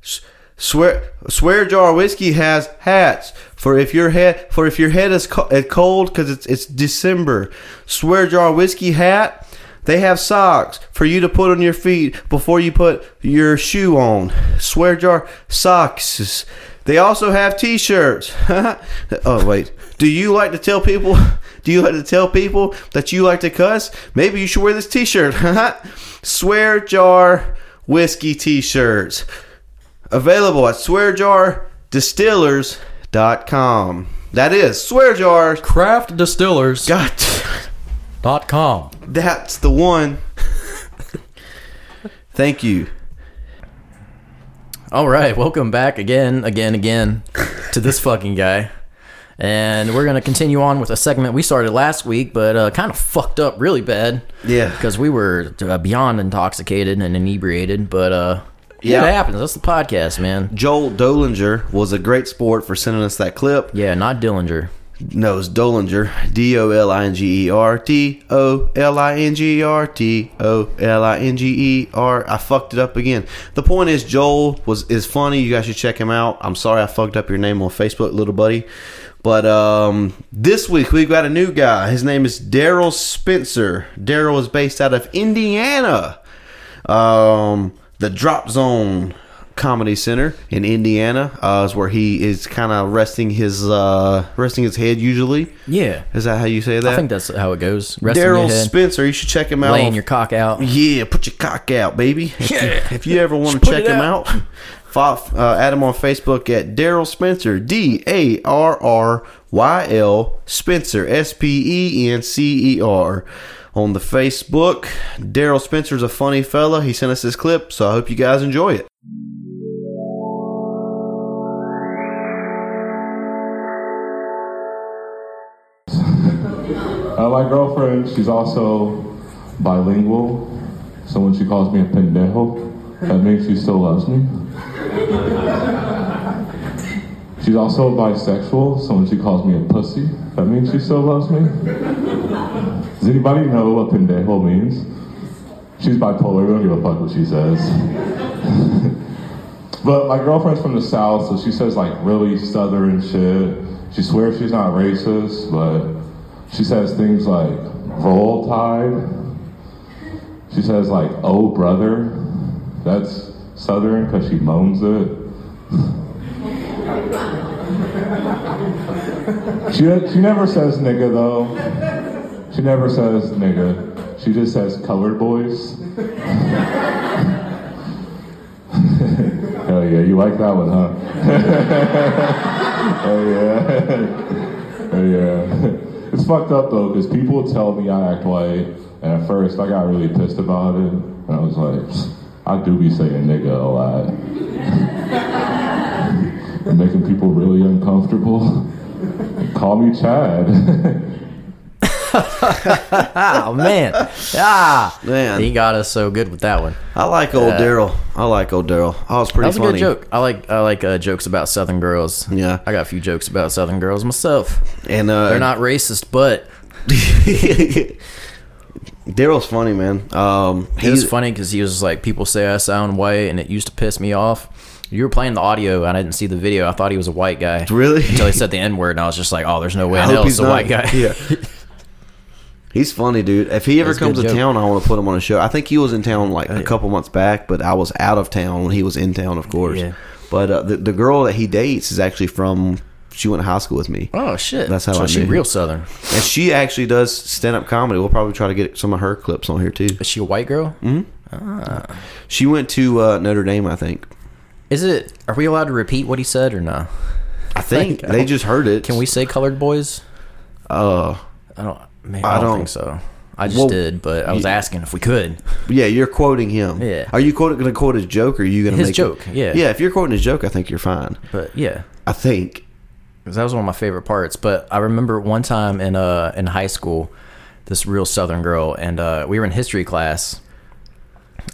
S4: S- Swear swear jar whiskey has hats for if your head for if your head is co- uh, cold because it's it's December. Swear jar whiskey hat. They have socks for you to put on your feet before you put your shoe on. Swear jar socks. They also have T-shirts. [laughs] oh wait, do you like to tell people? [laughs] Do you like to tell people that you like to cuss? Maybe you should wear this T-shirt. [laughs] Swear jar whiskey T-shirts available at swearjardistillers.com. That is swearjar.
S11: CraftDistillers.com.
S4: God, that's the one. Thank you.
S3: All right, welcome back again, again, again to this fucking guy. And we're going to continue on with a segment we started last week, but uh, kind of fucked up really bad.
S4: Yeah.
S3: Because we were uh, beyond intoxicated and inebriated, but uh,
S4: Yeah.
S3: yeah. it happens. That's the podcast, man.
S4: Joel Dolinger was a great sport for sending us that clip.
S3: Yeah, not Dillinger.
S4: No, it's Dolinger. D O L I N G E R T O L I N G E R T O L I N G E R. I fucked it up again. The point is, Joel was is funny. You guys should check him out. I'm sorry I fucked up your name on Facebook, little buddy. But um, this week we've got a new guy. His name is Daryl Spencer. Daryl is based out of Indiana um, the Drop Zone Comedy Center in Indiana uh, is where he is kind of resting his uh, resting his head. Usually,
S3: Yeah.
S4: is that how you say that?
S3: I think that's how it goes. Rest in your
S4: Daryl
S3: head,
S4: Spencer. You should check him out.
S3: laying
S4: on-
S3: your cock
S4: [laughs]
S3: out.
S4: yeah, put your cock out, baby. If, you, if you ever want to
S3: put
S4: check
S3: it
S4: him out, fo- uh, add him on Facebook at Daryl Spencer. D A R R Y L Spencer. S P E N C E R. On the Facebook, Daryl Spencer's a funny fella. He sent us this clip, so I hope you guys enjoy it.
S12: Uh, my girlfriend, she's also bilingual. So when she calls me a pendejo, that means she still loves me. She's also bisexual, so when she calls me a pussy, that means she still loves me. Does anybody know what pendejo means? She's bipolar, we don't give a fuck what she says. But my girlfriend's from the South, so she says like really Southern shit. She swears she's not racist, but she says things like roll tide. She says like oh brother. That's Southern because she moans it. [laughs] she, she never says nigga though. She never says nigga. She just says colored boys. Hell yeah, you like that one, huh? Hell yeah. Hell yeah. It's fucked up though, because people tell me I act white, and at first I got really pissed about it, and I was like, I do be saying nigga a lot. [laughs] and making people really uncomfortable. Call me Chad. [laughs]
S3: Oh, man. ah,
S4: Man.
S3: He got us so good with that one.
S4: I like old Daryl. I like old Daryl. Oh, it's pretty
S3: Uh, That was
S4: funny.
S3: a good joke. I like I like uh, jokes about Southern girls.
S4: Yeah.
S3: I got a few jokes about Southern girls myself.
S4: And uh,
S3: They're
S4: [laughs]
S3: not racist, but
S4: Daryl's funny, man. Um,
S3: it was funny because he was just like, people say I sound white, and it used to piss me off. You were playing the audio, and I didn't see the video. I thought he was a white guy.
S4: Really?
S3: [laughs] Until he said
S4: [laughs]
S3: the N word, and I was just like, oh, there's no way
S4: I
S3: in
S4: hope
S3: hell
S4: he's
S3: it's a
S4: not.
S3: white guy.
S4: Yeah. He's funny, dude. If he ever
S3: That's a
S4: comes
S3: good
S4: to
S3: joke. Oh,
S4: town, I want to put him on a show. I think he was in town like a couple months back, but I was out of town when he was in town, of course.
S3: Yeah.
S4: But uh, the, the girl that he dates is actually from. She went to high school with me,
S3: [laughs] Oh, shit.
S4: That's how
S3: so
S4: I
S3: she
S4: knew.
S3: real Southern.
S4: and she actually does stand up comedy. We'll probably try to get some of her clips on here too.
S3: Is she a white girl?
S4: She went to uh, Notre Dame, I think.
S3: Is it? Are we allowed to repeat what he said or no?
S4: I think they just heard it.
S3: Can we say colored boys?
S4: Uh,
S3: I don't. Man,
S4: I
S3: I, don't,
S4: don't-
S3: think so. I just
S4: Well,
S3: did, but I was
S4: you-
S3: asking if we could.
S4: yeah, you're quoting him.
S3: Yeah.
S4: Are you quote, going to quote his joke? Or are you going to
S3: His
S4: make
S3: joke, yeah.
S4: Yeah. If you're quoting his joke, I think you're fine.
S3: But yeah,
S4: I think.
S3: 'Cause that was one of my favorite parts. But I remember one time in uh in high school, this real Southern girl, and uh, we were in history class,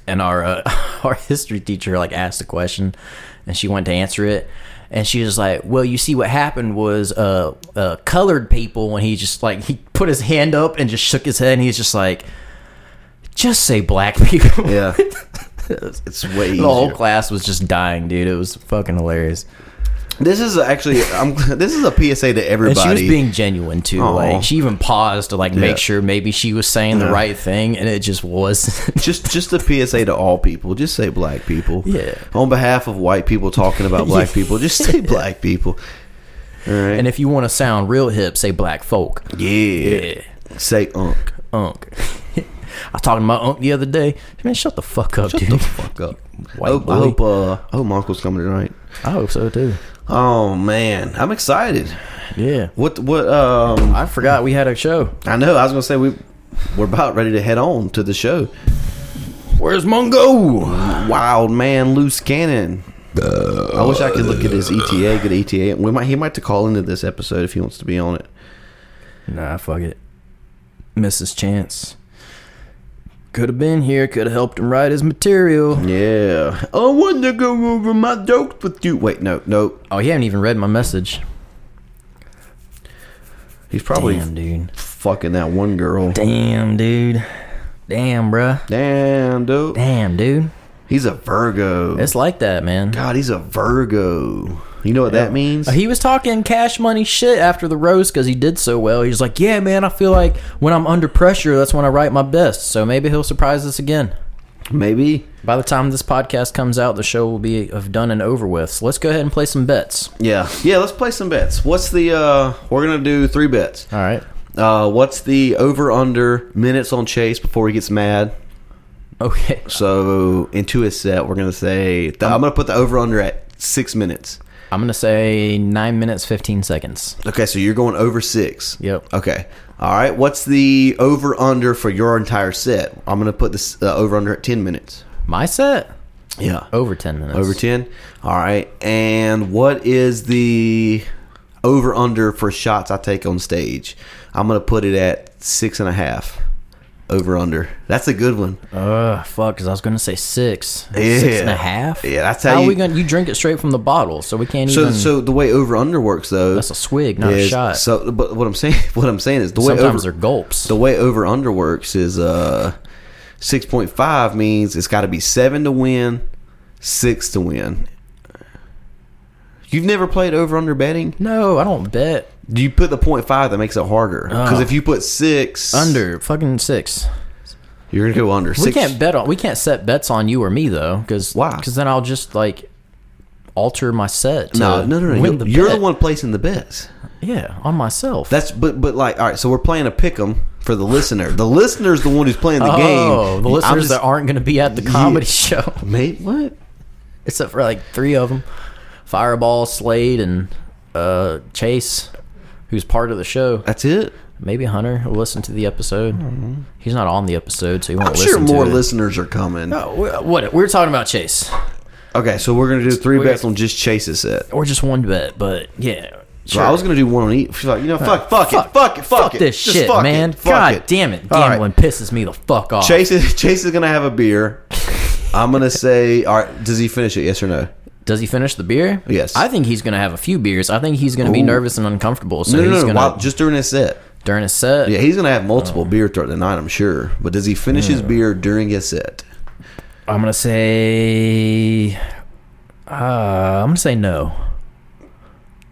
S3: and our uh, [laughs] our history teacher like asked a question, and she went to answer it, and she was like, "Well, you see, what happened was uh, uh colored people when he just like he put his hand up and just shook his head, and he's just like." Just say black [laughs] people.
S4: Yeah. it's way
S3: the whole
S4: easier.
S3: class was just dying, dude. It was fucking hilarious.
S4: This is actually I'm [laughs] this is a PSA to
S3: And
S4: everybody.
S3: she was being genuine too.
S4: Aw.
S3: Like she even paused to like
S4: Yeah.
S3: make sure maybe she was saying the right thing, and it just was.
S4: just just a PSA to all people. Just say black people.
S3: Yeah.
S4: On behalf of white people talking about
S3: [laughs]
S4: black people, just say black people. All right.
S3: [laughs] and if you want to sound real hip, say black folk.
S4: yeah. Say unk.
S3: Unk. [laughs] I was talking to my unk the other day. Man, shut the fuck up, dude.
S4: Fuck up.
S3: White
S4: I hope, I
S3: boy.
S4: hope uh I hope my uncle's coming tonight.
S3: I hope so too.
S4: Oh man. I'm excited.
S3: Yeah.
S4: What what um
S3: I forgot we had a show.
S4: I know, I was gonna say we we're about ready to head on to the show.
S3: Where's Mungo?
S4: Wild man, loose cannon. I wish I could look at his ETA, get ETA. We might he might have to call into this episode if he wants to be on it.
S3: Nah, fuck it. Mrs. Chance. Could have been here, could have helped him write his material.
S4: Yeah. I want to go over my jokes with you. Wait, no, no.
S3: Oh, he hadn't even read my message.
S4: He's probably
S3: Damn, dude.
S4: fucking that one girl.
S3: Damn, dude. Damn, bruh.
S4: Damn, dude.
S3: Damn, dude.
S4: He's a Virgo.
S3: It's like that, man.
S4: God, he's a Virgo. You know what that means?
S3: Uh, He was talking cash money shit after the roast because he did so well. He's like, yeah, man, I feel like when I'm under pressure, that's when I write my best. So maybe he'll surprise us again.
S4: Maybe.
S3: By the time this podcast comes out, the show will be of done and over with. So let's go ahead and play some bets.
S4: Yeah. Yeah, let's play some bets. What's the uh we're gonna do three bets.
S3: All right.
S4: Uh what's the over under minutes on Chase before he gets mad?
S3: Okay.
S4: So into his set, we're gonna say I'm gonna put the over under at six minutes.
S3: I'm going to say 9 minutes, 15 seconds.
S4: Okay, so you're going over six.
S3: Yep.
S4: Okay. All right. What's the over under for your entire set? I'm gonna put this uh, over under at ten minutes.
S3: My set?
S4: Yeah.
S3: Over 10 minutes.
S4: Over ten. All right. And what is the over under for shots I take on stage? I'm gonna put it at six and a half. Over under. That's a good one.
S3: Ugh, fuck, because I was going to say six.
S4: Yeah.
S3: Six and a half?
S4: Yeah, that's how
S3: how
S4: you-
S3: we going to. You drink it straight from the bottle, so we can't
S4: So
S3: even.
S4: so the way over under works though.
S3: that's a swig, not a
S4: is-
S3: shot.
S4: So but what I'm saying [laughs] what I'm saying is the way
S3: Sometimes
S4: over,
S3: they're gulps.
S4: the way over under works is uh 6.5 means it's got to be 7 to win 6 to win you've never played over under betting
S3: no, I don't bet
S4: do you put the point five that makes it harder because if you put 6
S3: Ah. under fucking six.
S4: you're gonna go under
S3: We
S4: six
S3: can't bet on. We can't set bets on you or me though, because
S4: Why?
S3: Because then I'll just like alter my set. To
S4: no no no, no.
S3: win
S4: You- you're
S3: bet.
S4: the one placing the bets
S3: Yeah, on myself.
S4: that's but but like all right so we're playing a pick 'em for the listener the listener's the one who's playing the game
S3: oh, the
S4: I'm
S3: listeners
S4: just-
S3: that aren't going to be at the comedy [laughs] show,
S4: mate what
S3: except for like three of them: Fireball, Slade, and uh, Chase, who's part of the show.
S4: that's it
S3: Maybe Hunter will listen to the episode. He's not on the episode, so he won't
S4: Mm-hmm. i'm
S3: listen
S4: sure more
S3: to it.
S4: listeners are coming
S3: Oh, wh- what we're talking about, Chase.
S4: Okay, so we're gonna do three
S3: We
S4: bets
S3: got-
S4: on just Chase's set.
S3: or just one bet, but yeah.
S4: So I was gonna do one on each. Fuck, You know, fuck, fuck, it, fuck it, fuck, it.
S3: Ah, this
S4: Just
S3: shit,
S4: fuck
S3: man.
S4: it, fuck
S3: God damn it,
S4: All right.
S3: gambling pisses me the fuck off.
S4: Chase is Chase is gonna have
S3: [laughs]
S4: a beer. I'm gonna say, all right. Does he finish it? Yes or no?
S3: Does he finish the beer?
S4: Yes.
S3: I think he's gonna have a few beers. I think he's gonna be
S4: Ooh.
S3: nervous and uncomfortable, so
S4: No, no,
S3: he's
S4: no. no
S3: gonna Oh.
S4: while, just during his set.
S3: during his set.
S4: Yeah, he's gonna have multiple beer throughout the night. I'm sure. But does he finish his beer during his set?
S3: I'm gonna say, uh, I'm gonna say no.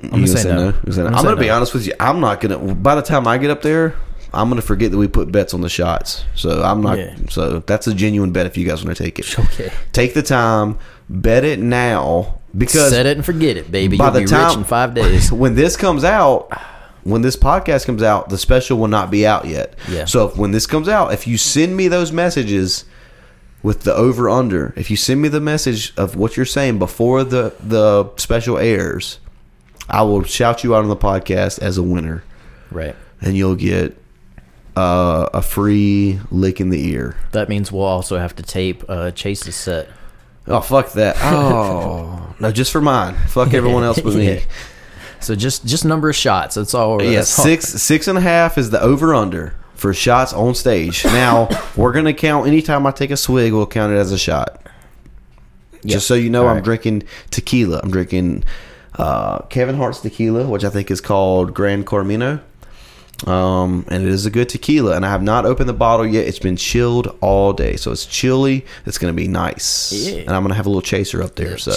S3: I'm
S4: You
S3: gonna say, no.
S4: You say no? I'm gonna,
S3: say
S4: be
S3: no.
S4: honest with you. I'm not gonna. By the time I get up there, I'm gonna forget that we put bets on the shots. So I'm not.
S3: Yeah.
S4: So that's a genuine bet if you guys want to take it.
S3: Okay.
S4: Take the time. Bet it now because
S3: Set it and forget it, baby.
S4: by
S3: You'll
S4: the
S3: be
S4: time
S3: rich in five
S4: [laughs]
S3: days.
S4: when this comes out, when this podcast comes out, the special will not be out yet.
S3: Yeah.
S4: So if, when this comes out, if you send me those messages with the over under, if you send me the message of what you're saying before the the special airs, I will shout you out on the podcast as a winner,
S3: right.
S4: and you'll get uh, a free lick in the ear.
S3: That means we'll also have to tape uh, Chase's set.
S4: Oh, fuck that. Oh, no, just for mine. Fuck everyone else but me.
S3: So just just number of shots. That's all.
S4: Yeah,
S3: that's all-
S4: six six and a half is the over under for shots on stage. Now we're gonna count anytime I take a swig, we'll count it as a shot. Just so you know, I'm drinking tequila. I'm drinking uh, Kevin Hart's tequila, which I think is called Grand Carmino. Um, and it is a good tequila, and I have not opened the bottle yet. It's been chilled all day, so it's chilly. It's gonna be nice, and I'm gonna have a little chaser up there. So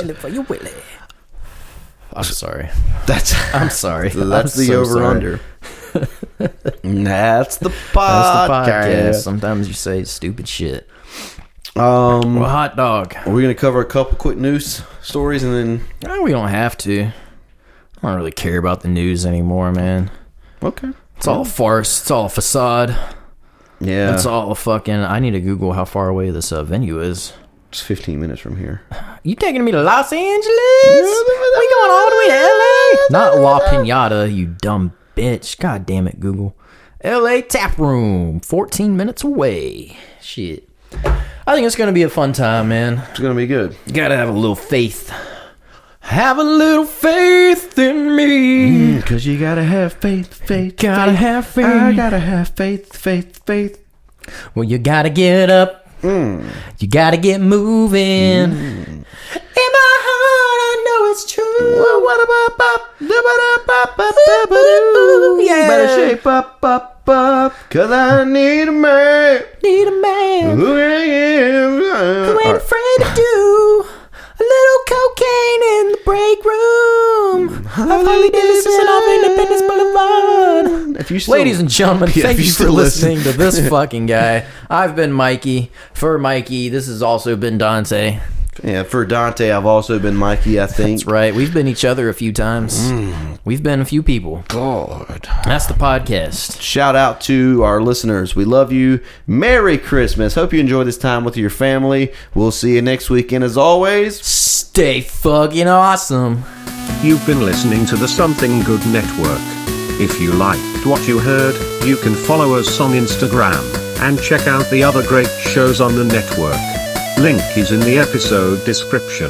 S3: I'm sorry. [laughs]
S4: that's
S3: I'm sorry.
S4: so that's
S3: I'm
S4: the
S3: so
S4: over
S3: sorry.
S4: under. [laughs]
S3: [laughs]
S4: that's the podcast.
S3: That's the podcast. Sometimes you say stupid shit.
S4: Um,
S3: Well, hot dog.
S4: we're gonna cover a couple quick news stories, and then
S3: Eh, we don't have to. I don't really care about the news anymore, man.
S4: okay,
S3: It's all a farce. It's all a facade.
S4: yeah,
S3: It's all a fucking. I need to Google how far away this uh, venue is.
S4: it's 15 minutes from here.
S3: You taking me to Los Angeles? we going all the way to LA? Not La Pinata, you dumb bitch. God damn it, Google. LA Tap Room, 14 minutes away. Shit. I think it's going to be a fun time, man.
S4: It's gonna be good.
S3: You got to have a little faith. Have a little faith in me.
S4: Cause you gotta have faith, faith,
S3: Gotta
S4: faith.
S3: have faith.
S4: I gotta have faith, faith, faith. Mm.
S3: Well, you gotta get up. You gotta get moving. In my heart, I know it's true.
S4: Ooh,
S3: yeah.
S4: Better shape up, up, up. Cause I need a man.
S3: Need a man
S4: Who I am.
S3: who ain't
S4: All right.
S3: afraid to do a little cocaine in the break room. Of Harley Davidson off Independence Boulevard.
S4: If you
S3: [laughs]
S4: still,
S3: Ladies and gentlemen,
S4: Yeah,
S3: thank
S4: if
S3: you
S4: you
S3: for
S4: still
S3: listening
S4: listen.
S3: to this
S4: [laughs]
S3: fucking guy. I've been Mikey. For Mikey, this has also been Dante.
S4: yeah, for Dante, I've also been Mikey. I think.
S3: That's right. We've been each other a few times. We've been a few people.
S4: Mm. God.
S3: That's the podcast.
S4: Shout out to our listeners. We love you. Merry Christmas. Hope you enjoy this time with your family. We'll see you next weekend. As always,
S3: Stay fucking awesome.
S13: You've been listening to the Something Good Network. If you liked what you heard, you can follow us on Instagram and check out the other great shows on the network. Link is in the episode description.